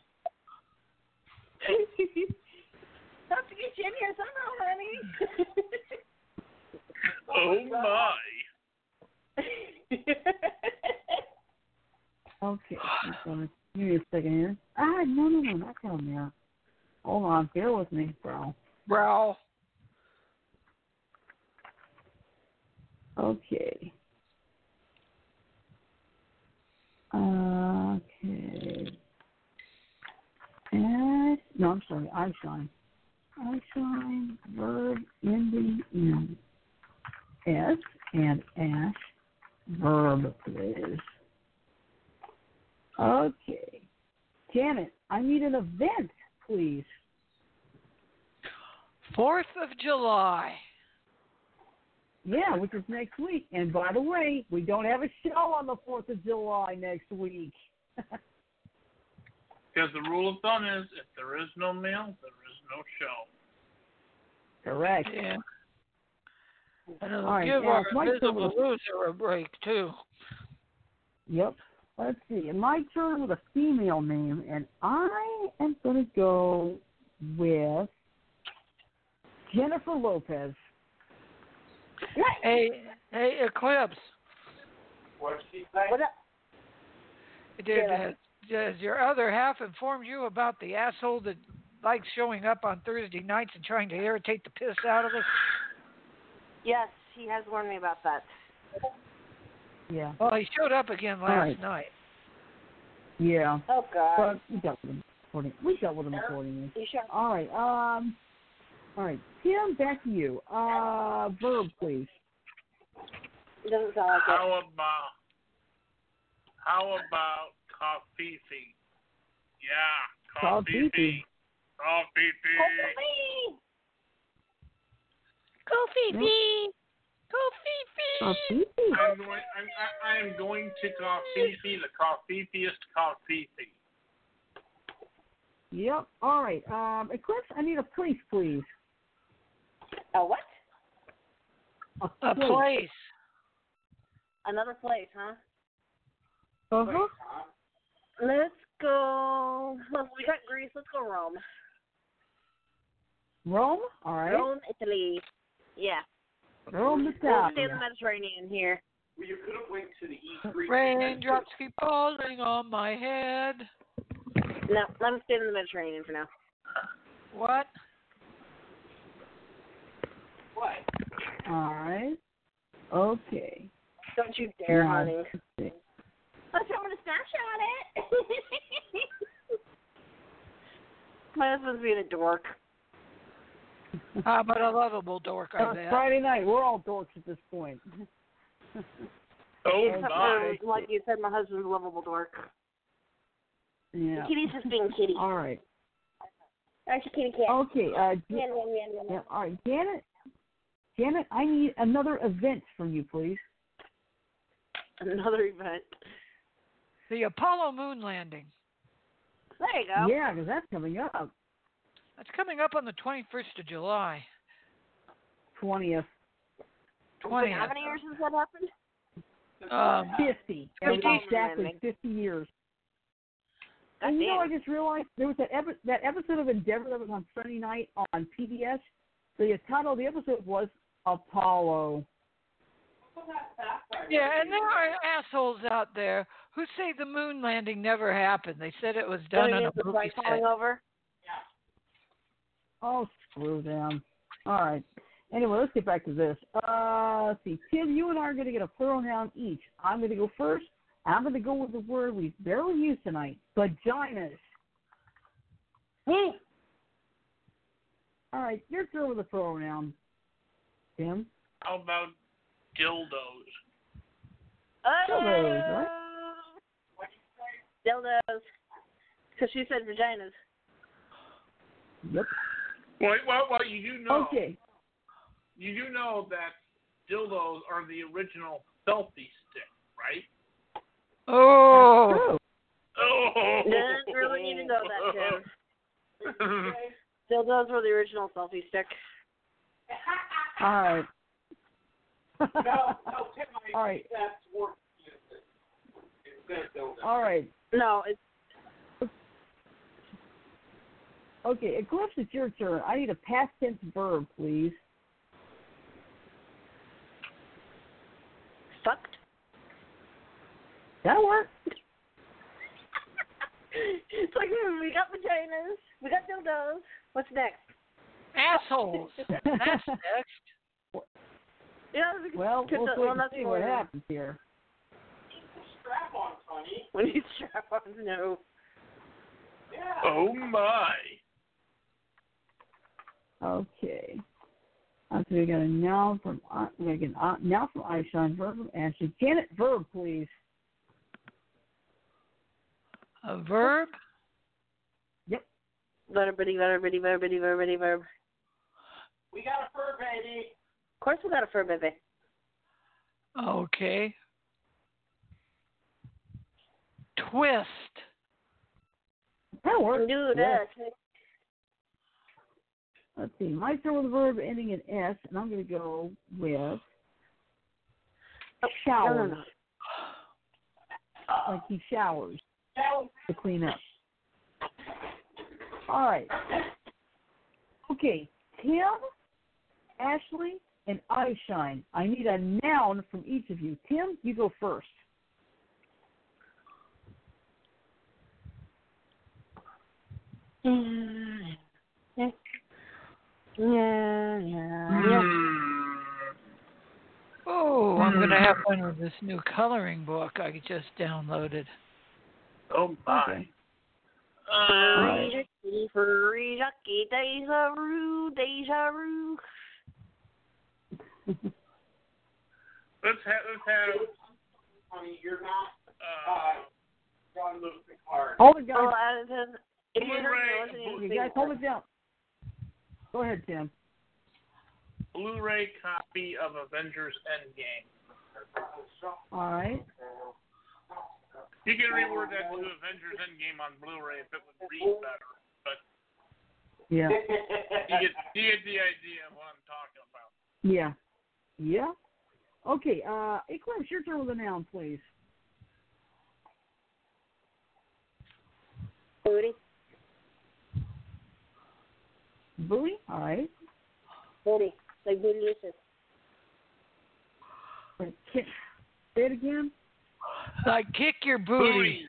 S6: Have to get you in here somehow, honey.
S3: Oh my!
S6: (laughs)
S2: Okay. I'm gonna- Give me a second here. Ah, no, no, no, not down there. Hold on. Bear with me, bro.
S5: Brow.
S2: Okay. Okay. And no, I'm sorry, I shine. I shine verb ending in S and ash verb please. Okay. Janet, I need an event, please.
S5: Fourth of July.
S2: Yeah, which is next week. And by the way, we don't have a show on the fourth of July next week.
S3: Because the rule of thumb is if there is no mail, there is no show.
S2: Correct.
S5: Yeah. And it'll
S2: All right,
S5: give
S2: yeah,
S5: our
S2: my
S5: invisible
S2: favorite.
S5: loser a break too.
S2: Yep. Let's see. And my turn with a female name, and I am going to go with Jennifer Lopez.
S5: Hey, hey, Eclipse.
S7: What'd she say?
S6: what up?
S5: Did
S6: Yeah.
S5: uh, does your other half inform you about the asshole that likes showing up on Thursday nights and trying to irritate the piss out of us?
S6: Yes, he has warned me about that.
S2: Yeah.
S5: Well, he showed up again last
S2: right.
S5: night.
S2: Yeah.
S6: Oh God.
S2: But we dealt with him accordingly. We dealt with him accordingly.
S6: You sure?
S2: All right. Um. All right, Tim. Back to you. Uh, verb, please.
S6: It doesn't sound like it.
S3: How about how about Kafifi? Yeah, Kafifi.
S2: Kafifi.
S3: Kafifi.
S5: Go
S2: Fifi.
S5: Go
S2: Uh, Fifi.
S3: I'm going. I'm, I, I am going to Kafifi, the Kafifiest Kafifi.
S2: Yep. All right. Um, Eclipse. I need a place, please.
S6: A what?
S2: A
S5: A place.
S6: Another place, huh?
S2: Uh-huh.
S6: Let's go. Well, we got Greece. Let's go Rome.
S2: Rome. All right.
S6: Rome, Italy. Yeah.
S2: Rome,
S6: We'll stay in the
S2: Italia.
S6: Mediterranean here.
S7: Well, you could have went to the E3.
S5: Raindrops keep falling on my head.
S6: No, let me stay in the Mediterranean for now.
S5: What?
S2: All right. Okay.
S6: Don't you dare,
S2: No.
S6: honey. Unless I'm gonna snapshot it. (laughs) My husband's being a dork.
S5: Ah, but a lovable dork, I
S2: It's
S5: bet.
S2: Friday night. We're all dorks at this point.
S3: Oh
S6: Except
S3: my!
S6: for, like you said, my husband's a lovable dork.
S2: Yeah.
S6: Kitty's just being kitty.
S2: All right.
S6: Actually, kitty cat.
S2: Okay. Uh, J-
S6: Man, man, man, man,
S2: yeah, all right, Janet. Janet, I need another event from you, please.
S6: man. (laughs) Another event.
S5: The Apollo moon landing.
S6: There
S2: Yeah,
S6: you go.
S2: 'cause Yeah, because that's coming up.
S5: That's coming up on the 21st of July.
S2: Twentieth,
S6: It's been
S5: 20th.
S6: how many years since that happened?
S5: Um,
S2: fifty.
S5: Fifty.
S2: Exactly fifty years. And you know, I
S6: Goddamn.
S2: just realized there was that epi- that episode of Endeavor that was on Sunday night on PBS. The title of the episode was Apollo.
S5: yeah, and there are assholes out there who say the moon landing never happened. They said it was done
S6: Don't
S5: on
S6: you
S5: a
S6: get the
S5: movie
S6: light
S5: set.
S6: falling over?
S2: Oh, screw them. All right. Anyway, let's get back to this. Uh, let's see. Tim, you and I are going to get a plural noun each. I'm going to go first. I'm going to go with the word we barely used tonight vaginas.
S6: Woo!
S2: All right, your turn with the plural noun, Tim.
S3: How about dildos?
S6: Oh.
S2: Dildos, right?
S6: Dildos. Because she said vaginas.
S2: Yep.
S3: Wait, well, well, you do know,
S2: Okay.
S3: you do know that dildos are the original selfie stick, right?
S5: Oh,
S2: True.
S3: Oh,
S6: Didn't really need to know that,
S3: (laughs)
S6: uh, Tim. Dildos were the original selfie stick.
S2: All right.
S7: No, no, Tim, I
S2: (laughs) All right.
S7: that's work. It says dildo.
S2: All right.
S6: No, it's
S2: Okay, Eclipse, it's your turn. I need a past tense verb, please.
S6: fucked. (laughs)
S2: That work?
S6: it's like, hmm, we got vaginas. We got dildos. What's next?
S5: assholes.
S2: (laughs)
S5: That's next.
S6: Yeah, that was a good-
S2: well,
S6: good
S2: we'll
S6: thought.
S2: wait
S6: well,
S2: and
S6: that's
S2: see
S6: more
S2: what
S6: than-
S2: happens here.
S7: Strap on, honey.
S6: (laughs) When you strap on, no.
S7: Yeah.
S3: oh my!
S2: Okay. Uh, so we got a noun from uh, we got an uh, noun from Aishan, verb from Ashley. Janet, verb, please.
S5: A verb?
S6: Verb, bitty, verb, bitty, verb, bitty, verb, bitty, verb. Of
S7: We got a fur baby.
S6: course we got a fur baby.
S5: Okay. Twist.
S2: That works.
S6: Do
S2: Yes.
S6: this.
S2: Let's see. My turn with a verb ending in S, and I'm going to go with
S6: No,
S2: shower.
S6: no, no.
S2: Like he showers to clean up. All right. Okay. Tim, Ashley, and I shine. I need a noun from each of you. Tim, you go first.
S6: Yeah, yeah,
S2: Mm.
S6: yeah.
S3: Hmm.
S5: Oh, I'm
S2: Hmm.
S5: going to have one of this new coloring book I just downloaded.
S3: Oh my!
S6: Furry ducky, furry ducky, deja roo, deja roo.
S3: Let's have let's have
S7: Honey, you're not
S3: uh,
S7: John Luke Picard.
S2: Hold it, guys.
S6: Oh, Addison, if you
S3: Blu-ray,
S6: heard me, I wasn't
S2: you
S6: even
S2: guys,
S6: thinking.
S2: hold it down. Go ahead, Tim.
S3: Blu-ray copy of Avengers Endgame.
S2: All right.
S3: You can reword that to Avengers Endgame on Blu-ray if it would read better.
S2: Yeah.
S3: You get you get the idea of what I'm talking about.
S2: Yeah. Yeah. Okay. Uh, Eclipse, your turn with a noun, please.
S6: Booty,
S2: Booty. All right.
S6: booty, like booty listen.
S2: Wait, kick. Say it again.
S5: Like kick your booty.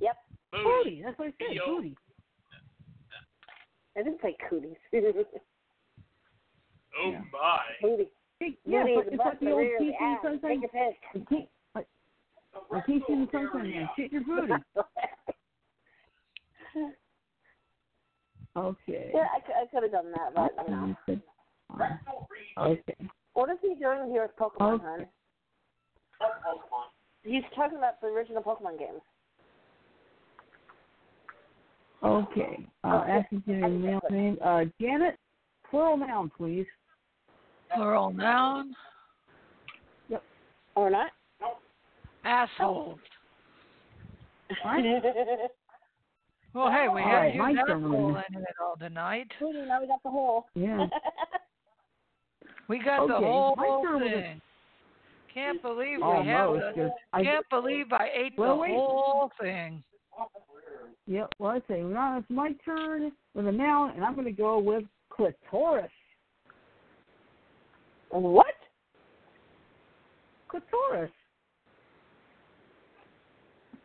S6: Yep,
S3: Booty.
S2: Booty. That's what I said.
S3: Yo.
S2: Booty.
S6: I didn't say cooties. (laughs) booty,
S3: Oh my!
S2: Kick- Yeah,
S6: booty
S2: it's like-
S6: is the
S2: it's
S6: butt,
S2: like
S6: the
S2: the old
S6: rear,
S2: teeth
S6: the
S2: in
S6: ass,
S2: the
S6: take
S2: sunshine.
S6: your piss.
S2: You can't- Like like teeth in the sunshine. Man. Shit your booty. Okay.
S6: (laughs) Yeah, I, cou- I could have done that, but you know.
S2: Okay.
S6: What is he doing here with Pokemon,
S2: Okay.
S6: hon? He's talking about the original Pokemon game.
S2: Okay. Uh, asking you your male name. Uh, Janet, plural noun, please.
S5: Plural noun,
S6: Or not?
S5: asshole.
S6: (laughs)
S2: What?
S5: Well, hey, we
S2: All
S5: had
S2: right,
S5: you
S2: my turn.
S5: asshole in it all tonight.
S6: Sweetie, now we got the whole.
S2: Yeah.
S5: We got the
S2: Okay,
S5: whole
S2: my turn Oh, was a-
S5: thing. Can't believe we have
S2: Almost.
S5: the.
S2: 'cause I,
S5: Can't believe I ate
S2: Well,
S5: the
S2: wait.
S5: whole thing.
S2: Yep. Well, I say now it's my turn with a noun, and I'm going to go with clitoris.
S6: what?
S2: Clitoris.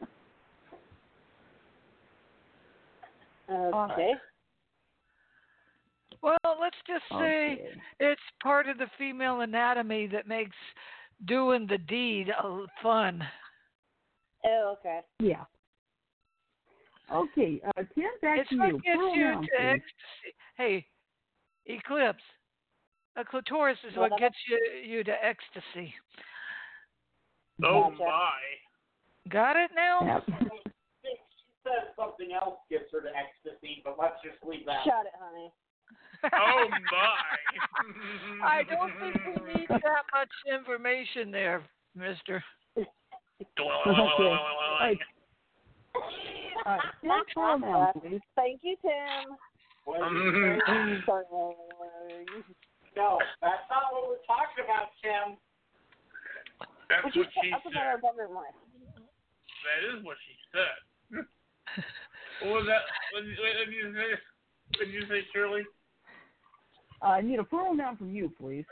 S6: (laughs) Okay.
S5: Well, let's just say
S2: Okay.
S5: it's part of the female anatomy that makes doing the deed uh, fun.
S6: Oh, okay.
S2: Yeah. Okay. Uh, Tim, back
S5: It's
S2: to
S5: what
S2: you.
S5: gets
S2: Plural
S5: you
S2: noun,
S5: to
S2: please.
S5: ecstasy. Hey, eclipse. A clitoris is
S6: Well,
S5: what gets you, you to ecstasy.
S3: Oh
S6: Gotcha.
S3: my.
S5: Got it now?
S2: Yep.
S7: She said something else gives her the ecstasy, but let's just leave that.
S6: Shut it, honey.
S3: Oh
S5: (laughs)
S3: (laughs) my.
S5: I don't think we need that much information there, mister.
S2: Like,
S6: (laughs)
S2: uh, Tim, plural noun, please.
S6: Thank you, Tim.
S7: What did you say?
S3: Um,
S6: Sorry.
S7: No, that's not what we're talking about, Tim.
S3: That's
S6: Would
S3: what
S6: you
S3: she
S6: shut up about our
S3: said.
S6: government one?
S3: That is what she said. (laughs) What was that? What did what did you say? What did you say, Shirley?
S2: Uh, I need a plural noun from you, please.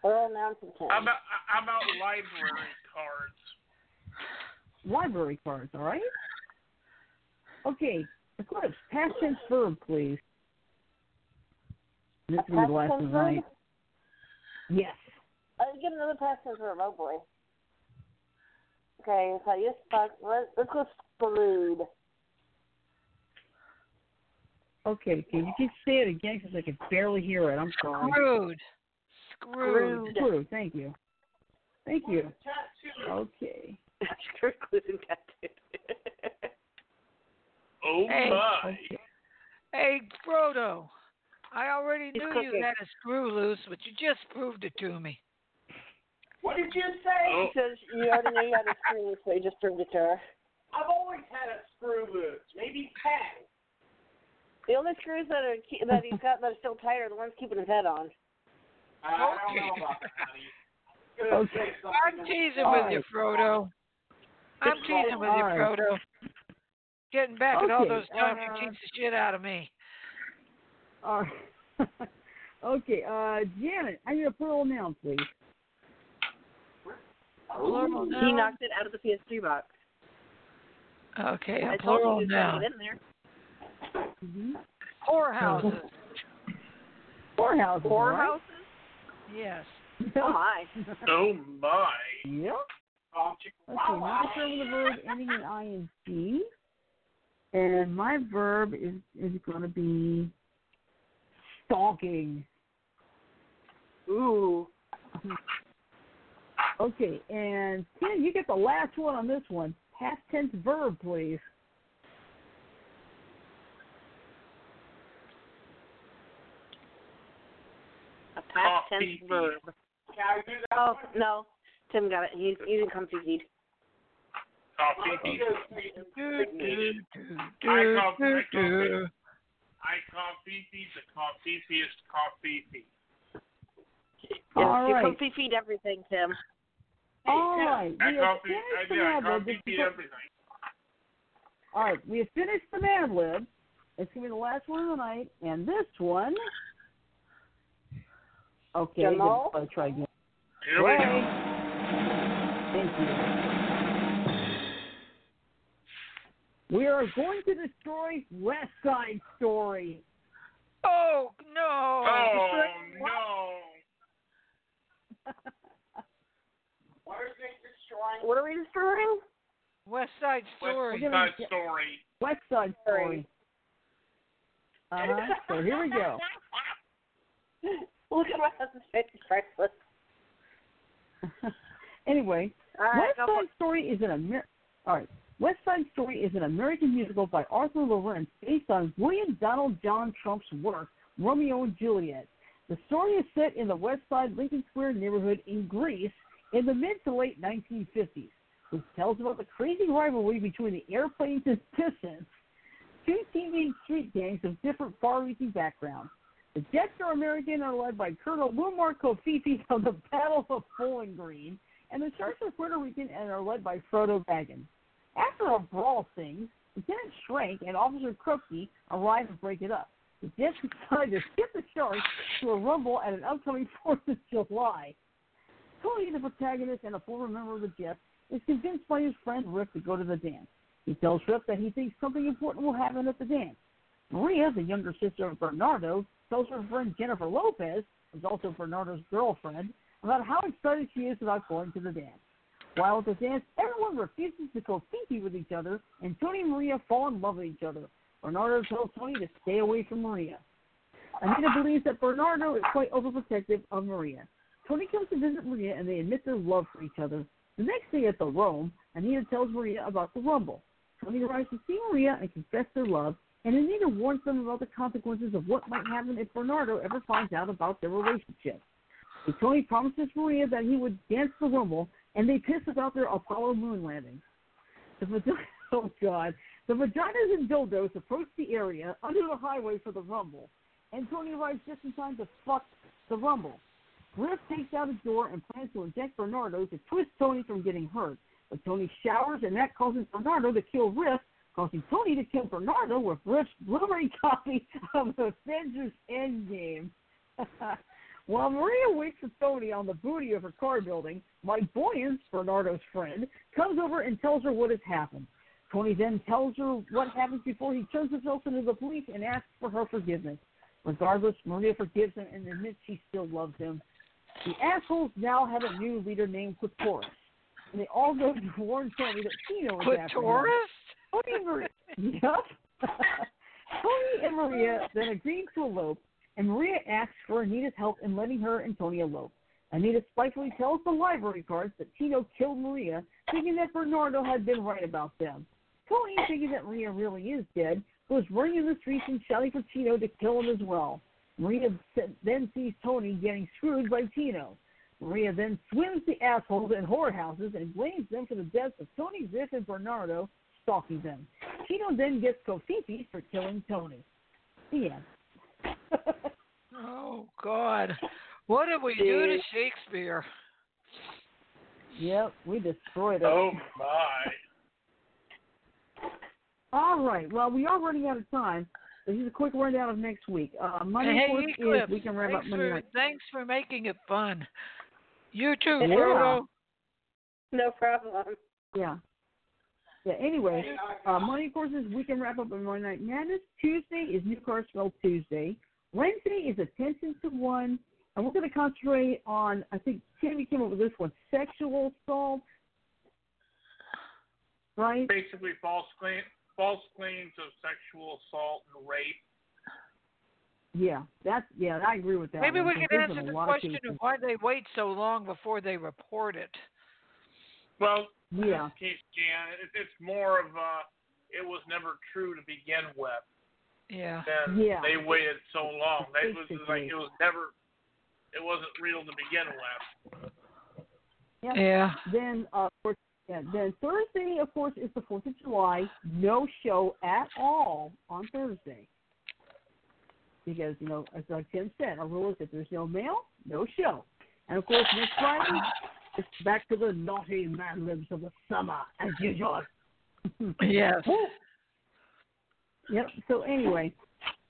S6: Plural noun from Tim.
S3: How about how about library cards?
S2: Library cards, all right? Okay. Eclipse, past tense verb, please. This is going to be the last
S6: Past
S2: of
S6: tense
S2: the
S6: verb?
S2: night. Yes.
S6: I'll get another person for a remote boy. Okay, so you fuck. Let, let's go screwed.
S2: Okay. Can you just say it again? Because I can barely hear it. I'm sorry.
S5: Screwed. Screwed.
S2: Screw. Thank you. Thank you. Okay.
S6: Screwed and tattooed.
S3: Oh
S5: Hey.
S3: my.
S2: Okay.
S5: Hey, Frodo, I already
S6: He's
S5: knew
S6: cooking.
S5: you had a screw loose, but you just proved it to me.
S7: What did you say?
S3: Oh,
S6: Because you already knew you had a screw, so you just proved it to her.
S7: I've always had a screw loose. Maybe ten.
S6: The only screws that are ke- that he's got that are still tight are the ones keeping his head on.
S7: I don't know about that, honey. Good,
S2: Okay.
S7: say something
S5: I'm
S7: else.
S5: teasing
S2: All
S5: with you, Frodo. I'm teasing with you,
S2: All right.
S5: Frodo. Getting back at all
S2: Okay,
S5: those times
S2: uh,
S5: you tease the shit out of me.
S2: All right. (laughs) okay. Uh, Janet, I need a plural noun, please.
S5: Plural
S6: He
S5: noun.
S6: knocked it out of the PS3 box.
S5: Okay,
S6: I
S5: a
S6: told
S5: plural
S6: you to
S5: noun.
S6: it in there.
S2: Mm-hmm.
S5: Whorehouses.
S2: Whorehouses. all
S6: Four
S2: right?
S6: houses?
S5: Yes.
S2: (laughs)
S6: Oh my.
S3: oh my.
S2: Yep.
S7: Um, she-
S2: Okay, my verb with a verb ending in ing, and my verb is is going to be stalking.
S6: Ooh.
S2: Okay, and Ken, you get the last one on this one. Past tense verb, please.
S6: A past tense
S3: Coffee.
S6: verb.
S7: Can I do that
S6: Oh
S7: one?
S6: no. Tim got it. He's he's in comfy heat.
S3: Coffee.
S5: Do, do, do,
S3: I
S5: do,
S3: call-
S5: do,
S3: I call
S5: do.
S3: I coffee the coffee is coffee
S6: Yes,
S2: All
S6: you
S2: right.
S6: comfy feed everything, Tim.
S2: All right,
S3: I
S2: we have
S3: coffee I,
S2: finished the
S3: yeah, I uh,
S2: Mad Lib.
S3: coffee
S2: It's-
S3: everything.
S2: All right, we have finished the Mad Lib. It's gonna be the last one of the night, and this one. Okay, good.
S6: Jamal?
S2: I'll try again.
S3: Here we go.
S2: Thank you. We are going to destroy West Side Story.
S5: Oh, no.
S3: Oh no.
S6: What are we destroying?
S5: West Side Story.
S2: We're
S3: Side
S2: gonna-
S3: Story.
S2: West Side Story. Uh huh. So here we go. (laughs)
S6: Look at my husband's face. He's priceless.
S2: anyway,
S6: All right,
S2: West
S6: go for
S2: Side Story is an Amer- all right. West Side Story is an American musical by Arthur Lawrence based on William Donald John Trump's work Romeo and Juliet. The story is set in the West Side Lincoln Square neighborhood in Greece in the mid to late 1950s, which tells about the crazy rivalry between the airplanes and (laughs) pistons, two teenage street gangs of different far-reaching backgrounds. The Jets are American and are led by Colonel Wilmar Kofifi (laughs) of the Battle of Bowling Green, and the Sharks are Puerto Rican and are led by Frodo Baggins. After a brawl thing, Lieutenant Shrank and Officer Krupke arrive and break it up. The Jets decide to skip the Sharks to a rumble at an upcoming (laughs) 4th of July. Tony, the protagonist and a former member of the Jets, is convinced by his friend Rip to go to the dance. He tells Rip that he thinks something important will happen at the dance. Maria, the younger sister of Bernardo, tells her friend Jennifer Lopez, who's also Bernardo's girlfriend, about how excited she is about going to the dance. While at the dance, everyone refuses to go kinky with each other, and Tony and Maria fall in love with each other. Bernardo tells Tony to stay away from Maria. Anita believes that Bernardo is quite overprotective of Maria. Tony comes to visit Maria, and they admit their love for each other. The next day at the Rome, Anita tells Maria about the Rumble. Tony arrives to see Maria and confess their love, and Anita warns them about the consequences of what might happen if Bernardo ever finds out about their relationship. And Tony promises Maria that he would dance the Rumble, and they piss about their Apollo moon landing. The vagi- (laughs) oh God, the vaginas and dildos approach the area under the highway for the Rumble, and Tony arrives just in time to fuck the Rumble. Griff takes out his door and plans to inject Bernardo to twist Tony from getting hurt. But Tony showers, and that causes Bernardo to kill Riff, causing Tony to kill Bernardo with (laughs) Riff's Blu-ray copy of Avengers Endgame. (laughs) While Maria waits for Tony on the booty of her car building, Mike Boyens, Bernardo's friend, comes over and tells her what has happened. Tony then tells her what happens before he turns himself into the police and asks for her forgiveness. Regardless, Maria forgives him and admits she still loves him. The assholes now have a new leader named Clitoris, and they all go to warn Tony that Tino is after him.
S5: Clitoris?
S2: Tony and Maria. Yup. (laughs) Tony and Maria then agree to elope, and Maria asks for Anita's help in letting her and Tony elope. Anita spitefully tells the library guards that Tino killed Maria, thinking that Bernardo had been right about them. Tony, thinking that Maria really is dead, goes running in the streets and shouting for Tino to kill him as well. Maria se- then sees Tony getting screwed by Tino. Maria then swims the assholes in whorehouses and blames them for the deaths of Tony, Ziff, and Bernardo, stalking them. Tino then gets Kofifi for killing Tony. The end.
S5: Oh God, what did we do to Shakespeare?
S2: yep, we destroyed it.
S3: Oh my.
S2: All right. Well, we are running out of time. This is a quick rundown of next week. Uh, Monday
S5: hey,
S2: fourth
S5: Eclipse,
S2: is we can wrap
S5: thanks
S2: up Monday
S5: for
S2: night.
S5: thanks for making it fun. You too,
S2: Yeah.
S5: Frodo.
S6: (laughs) No problem.
S2: Yeah. Yeah. Anyway, uh, Monday of course is weekend wrap up and Monday night madness. Tuesday is New Car Smell Tuesday. Wednesday is attention to one, and we're going to concentrate on I think Tammy came up with this one: sexual assault. Right.
S3: Basically, false claim, false claims of sexual assault and rape.
S2: Yeah. That's yeah. I agree with that.
S5: Maybe
S2: one.
S5: we
S2: There's
S5: can
S2: been
S5: answer
S2: a
S5: the
S2: lot
S5: question
S2: cases.
S5: of why they wait so long before they report it.
S3: Well,
S2: Yeah.
S3: in this case, Jan, it, it's more of a, it was never true to begin with.
S5: Yeah.
S3: Then
S2: Yeah.
S3: they waited so long. They was like
S2: Basically.
S3: it was never, it wasn't real to begin with.
S5: Yeah.
S2: Then, uh, of course, yeah, then Thursday, of course, is the Fourth of July. No show at all on Thursday because you know, as like Tim said, our rule is if there's no mail, no show. And of course, next Friday, it's back to the naughty mad libs of the summer as usual. (clears throat)
S5: Yes.
S2: Yep. So anyway,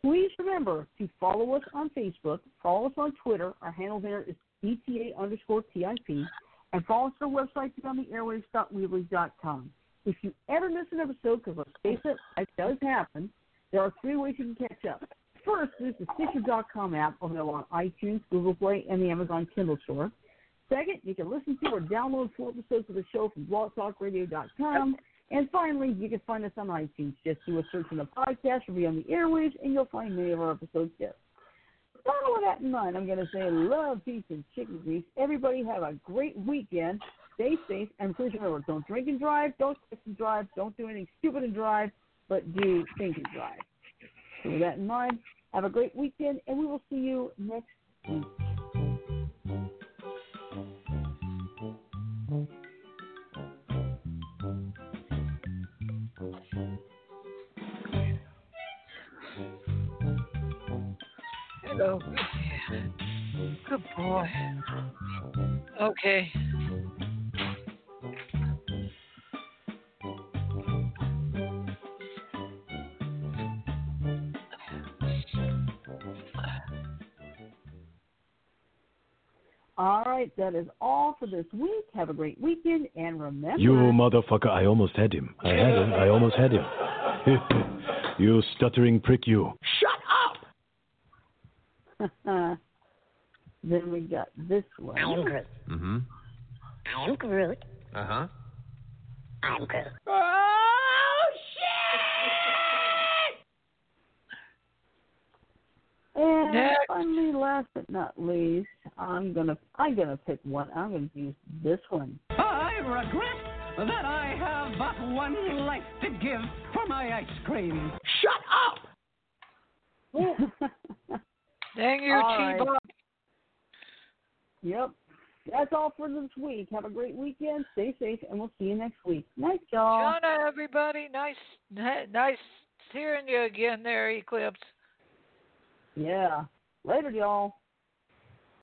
S2: please remember to follow us on Facebook, follow us on Twitter. Our handle there is BTA underscore TIP, and follow us on our website beyondtheairwaves.weebly.com. If you ever miss an episode, because let's face it, it does happen, there are three ways you can catch up. First, there's the Stitcher.com app available on iTunes, Google Play, and the Amazon Kindle store. Second, you can listen to or download full episodes of the show from blogtalkradio.com. And finally, you can find us on iTunes. Just do a search for the podcast or be on the airwaves, and you'll find many of our episodes there. So with that in mind, I'm going to say love, peace, and chicken grease. Everybody have a great weekend. Stay safe, and please remember, don't drink and drive, don't text and drive, don't do anything stupid and drive, but do think and drive. So with that in mind, have a great weekend, and we will see you next week.
S5: Hello. Good boy. Okay.
S2: All right, that is all for this week. Have a great weekend, and remember.
S8: You motherfucker, I almost had him. I had him. I almost had him. (laughs) you stuttering prick, you.
S2: (laughs) then we got this one.
S9: Mm-hmm.
S6: I'm Groot.
S9: Uh-huh.
S6: I'm Groot.
S2: Oh, And
S5: Next.
S2: finally, last but not least, I'm gonna I'm gonna pick one. I'm gonna use this one.
S10: I regret that I have but one life to give for my ice cream.
S5: Dang you,
S2: All right.
S5: T-Bob.
S2: (laughs) yep. That's all for this week. Have a great weekend. Stay safe, and we'll see you next week. Night, y'all.
S5: Shauna, everybody. Nice, ni- nice hearing you again there, Eclipse.
S2: Yeah. Later, y'all.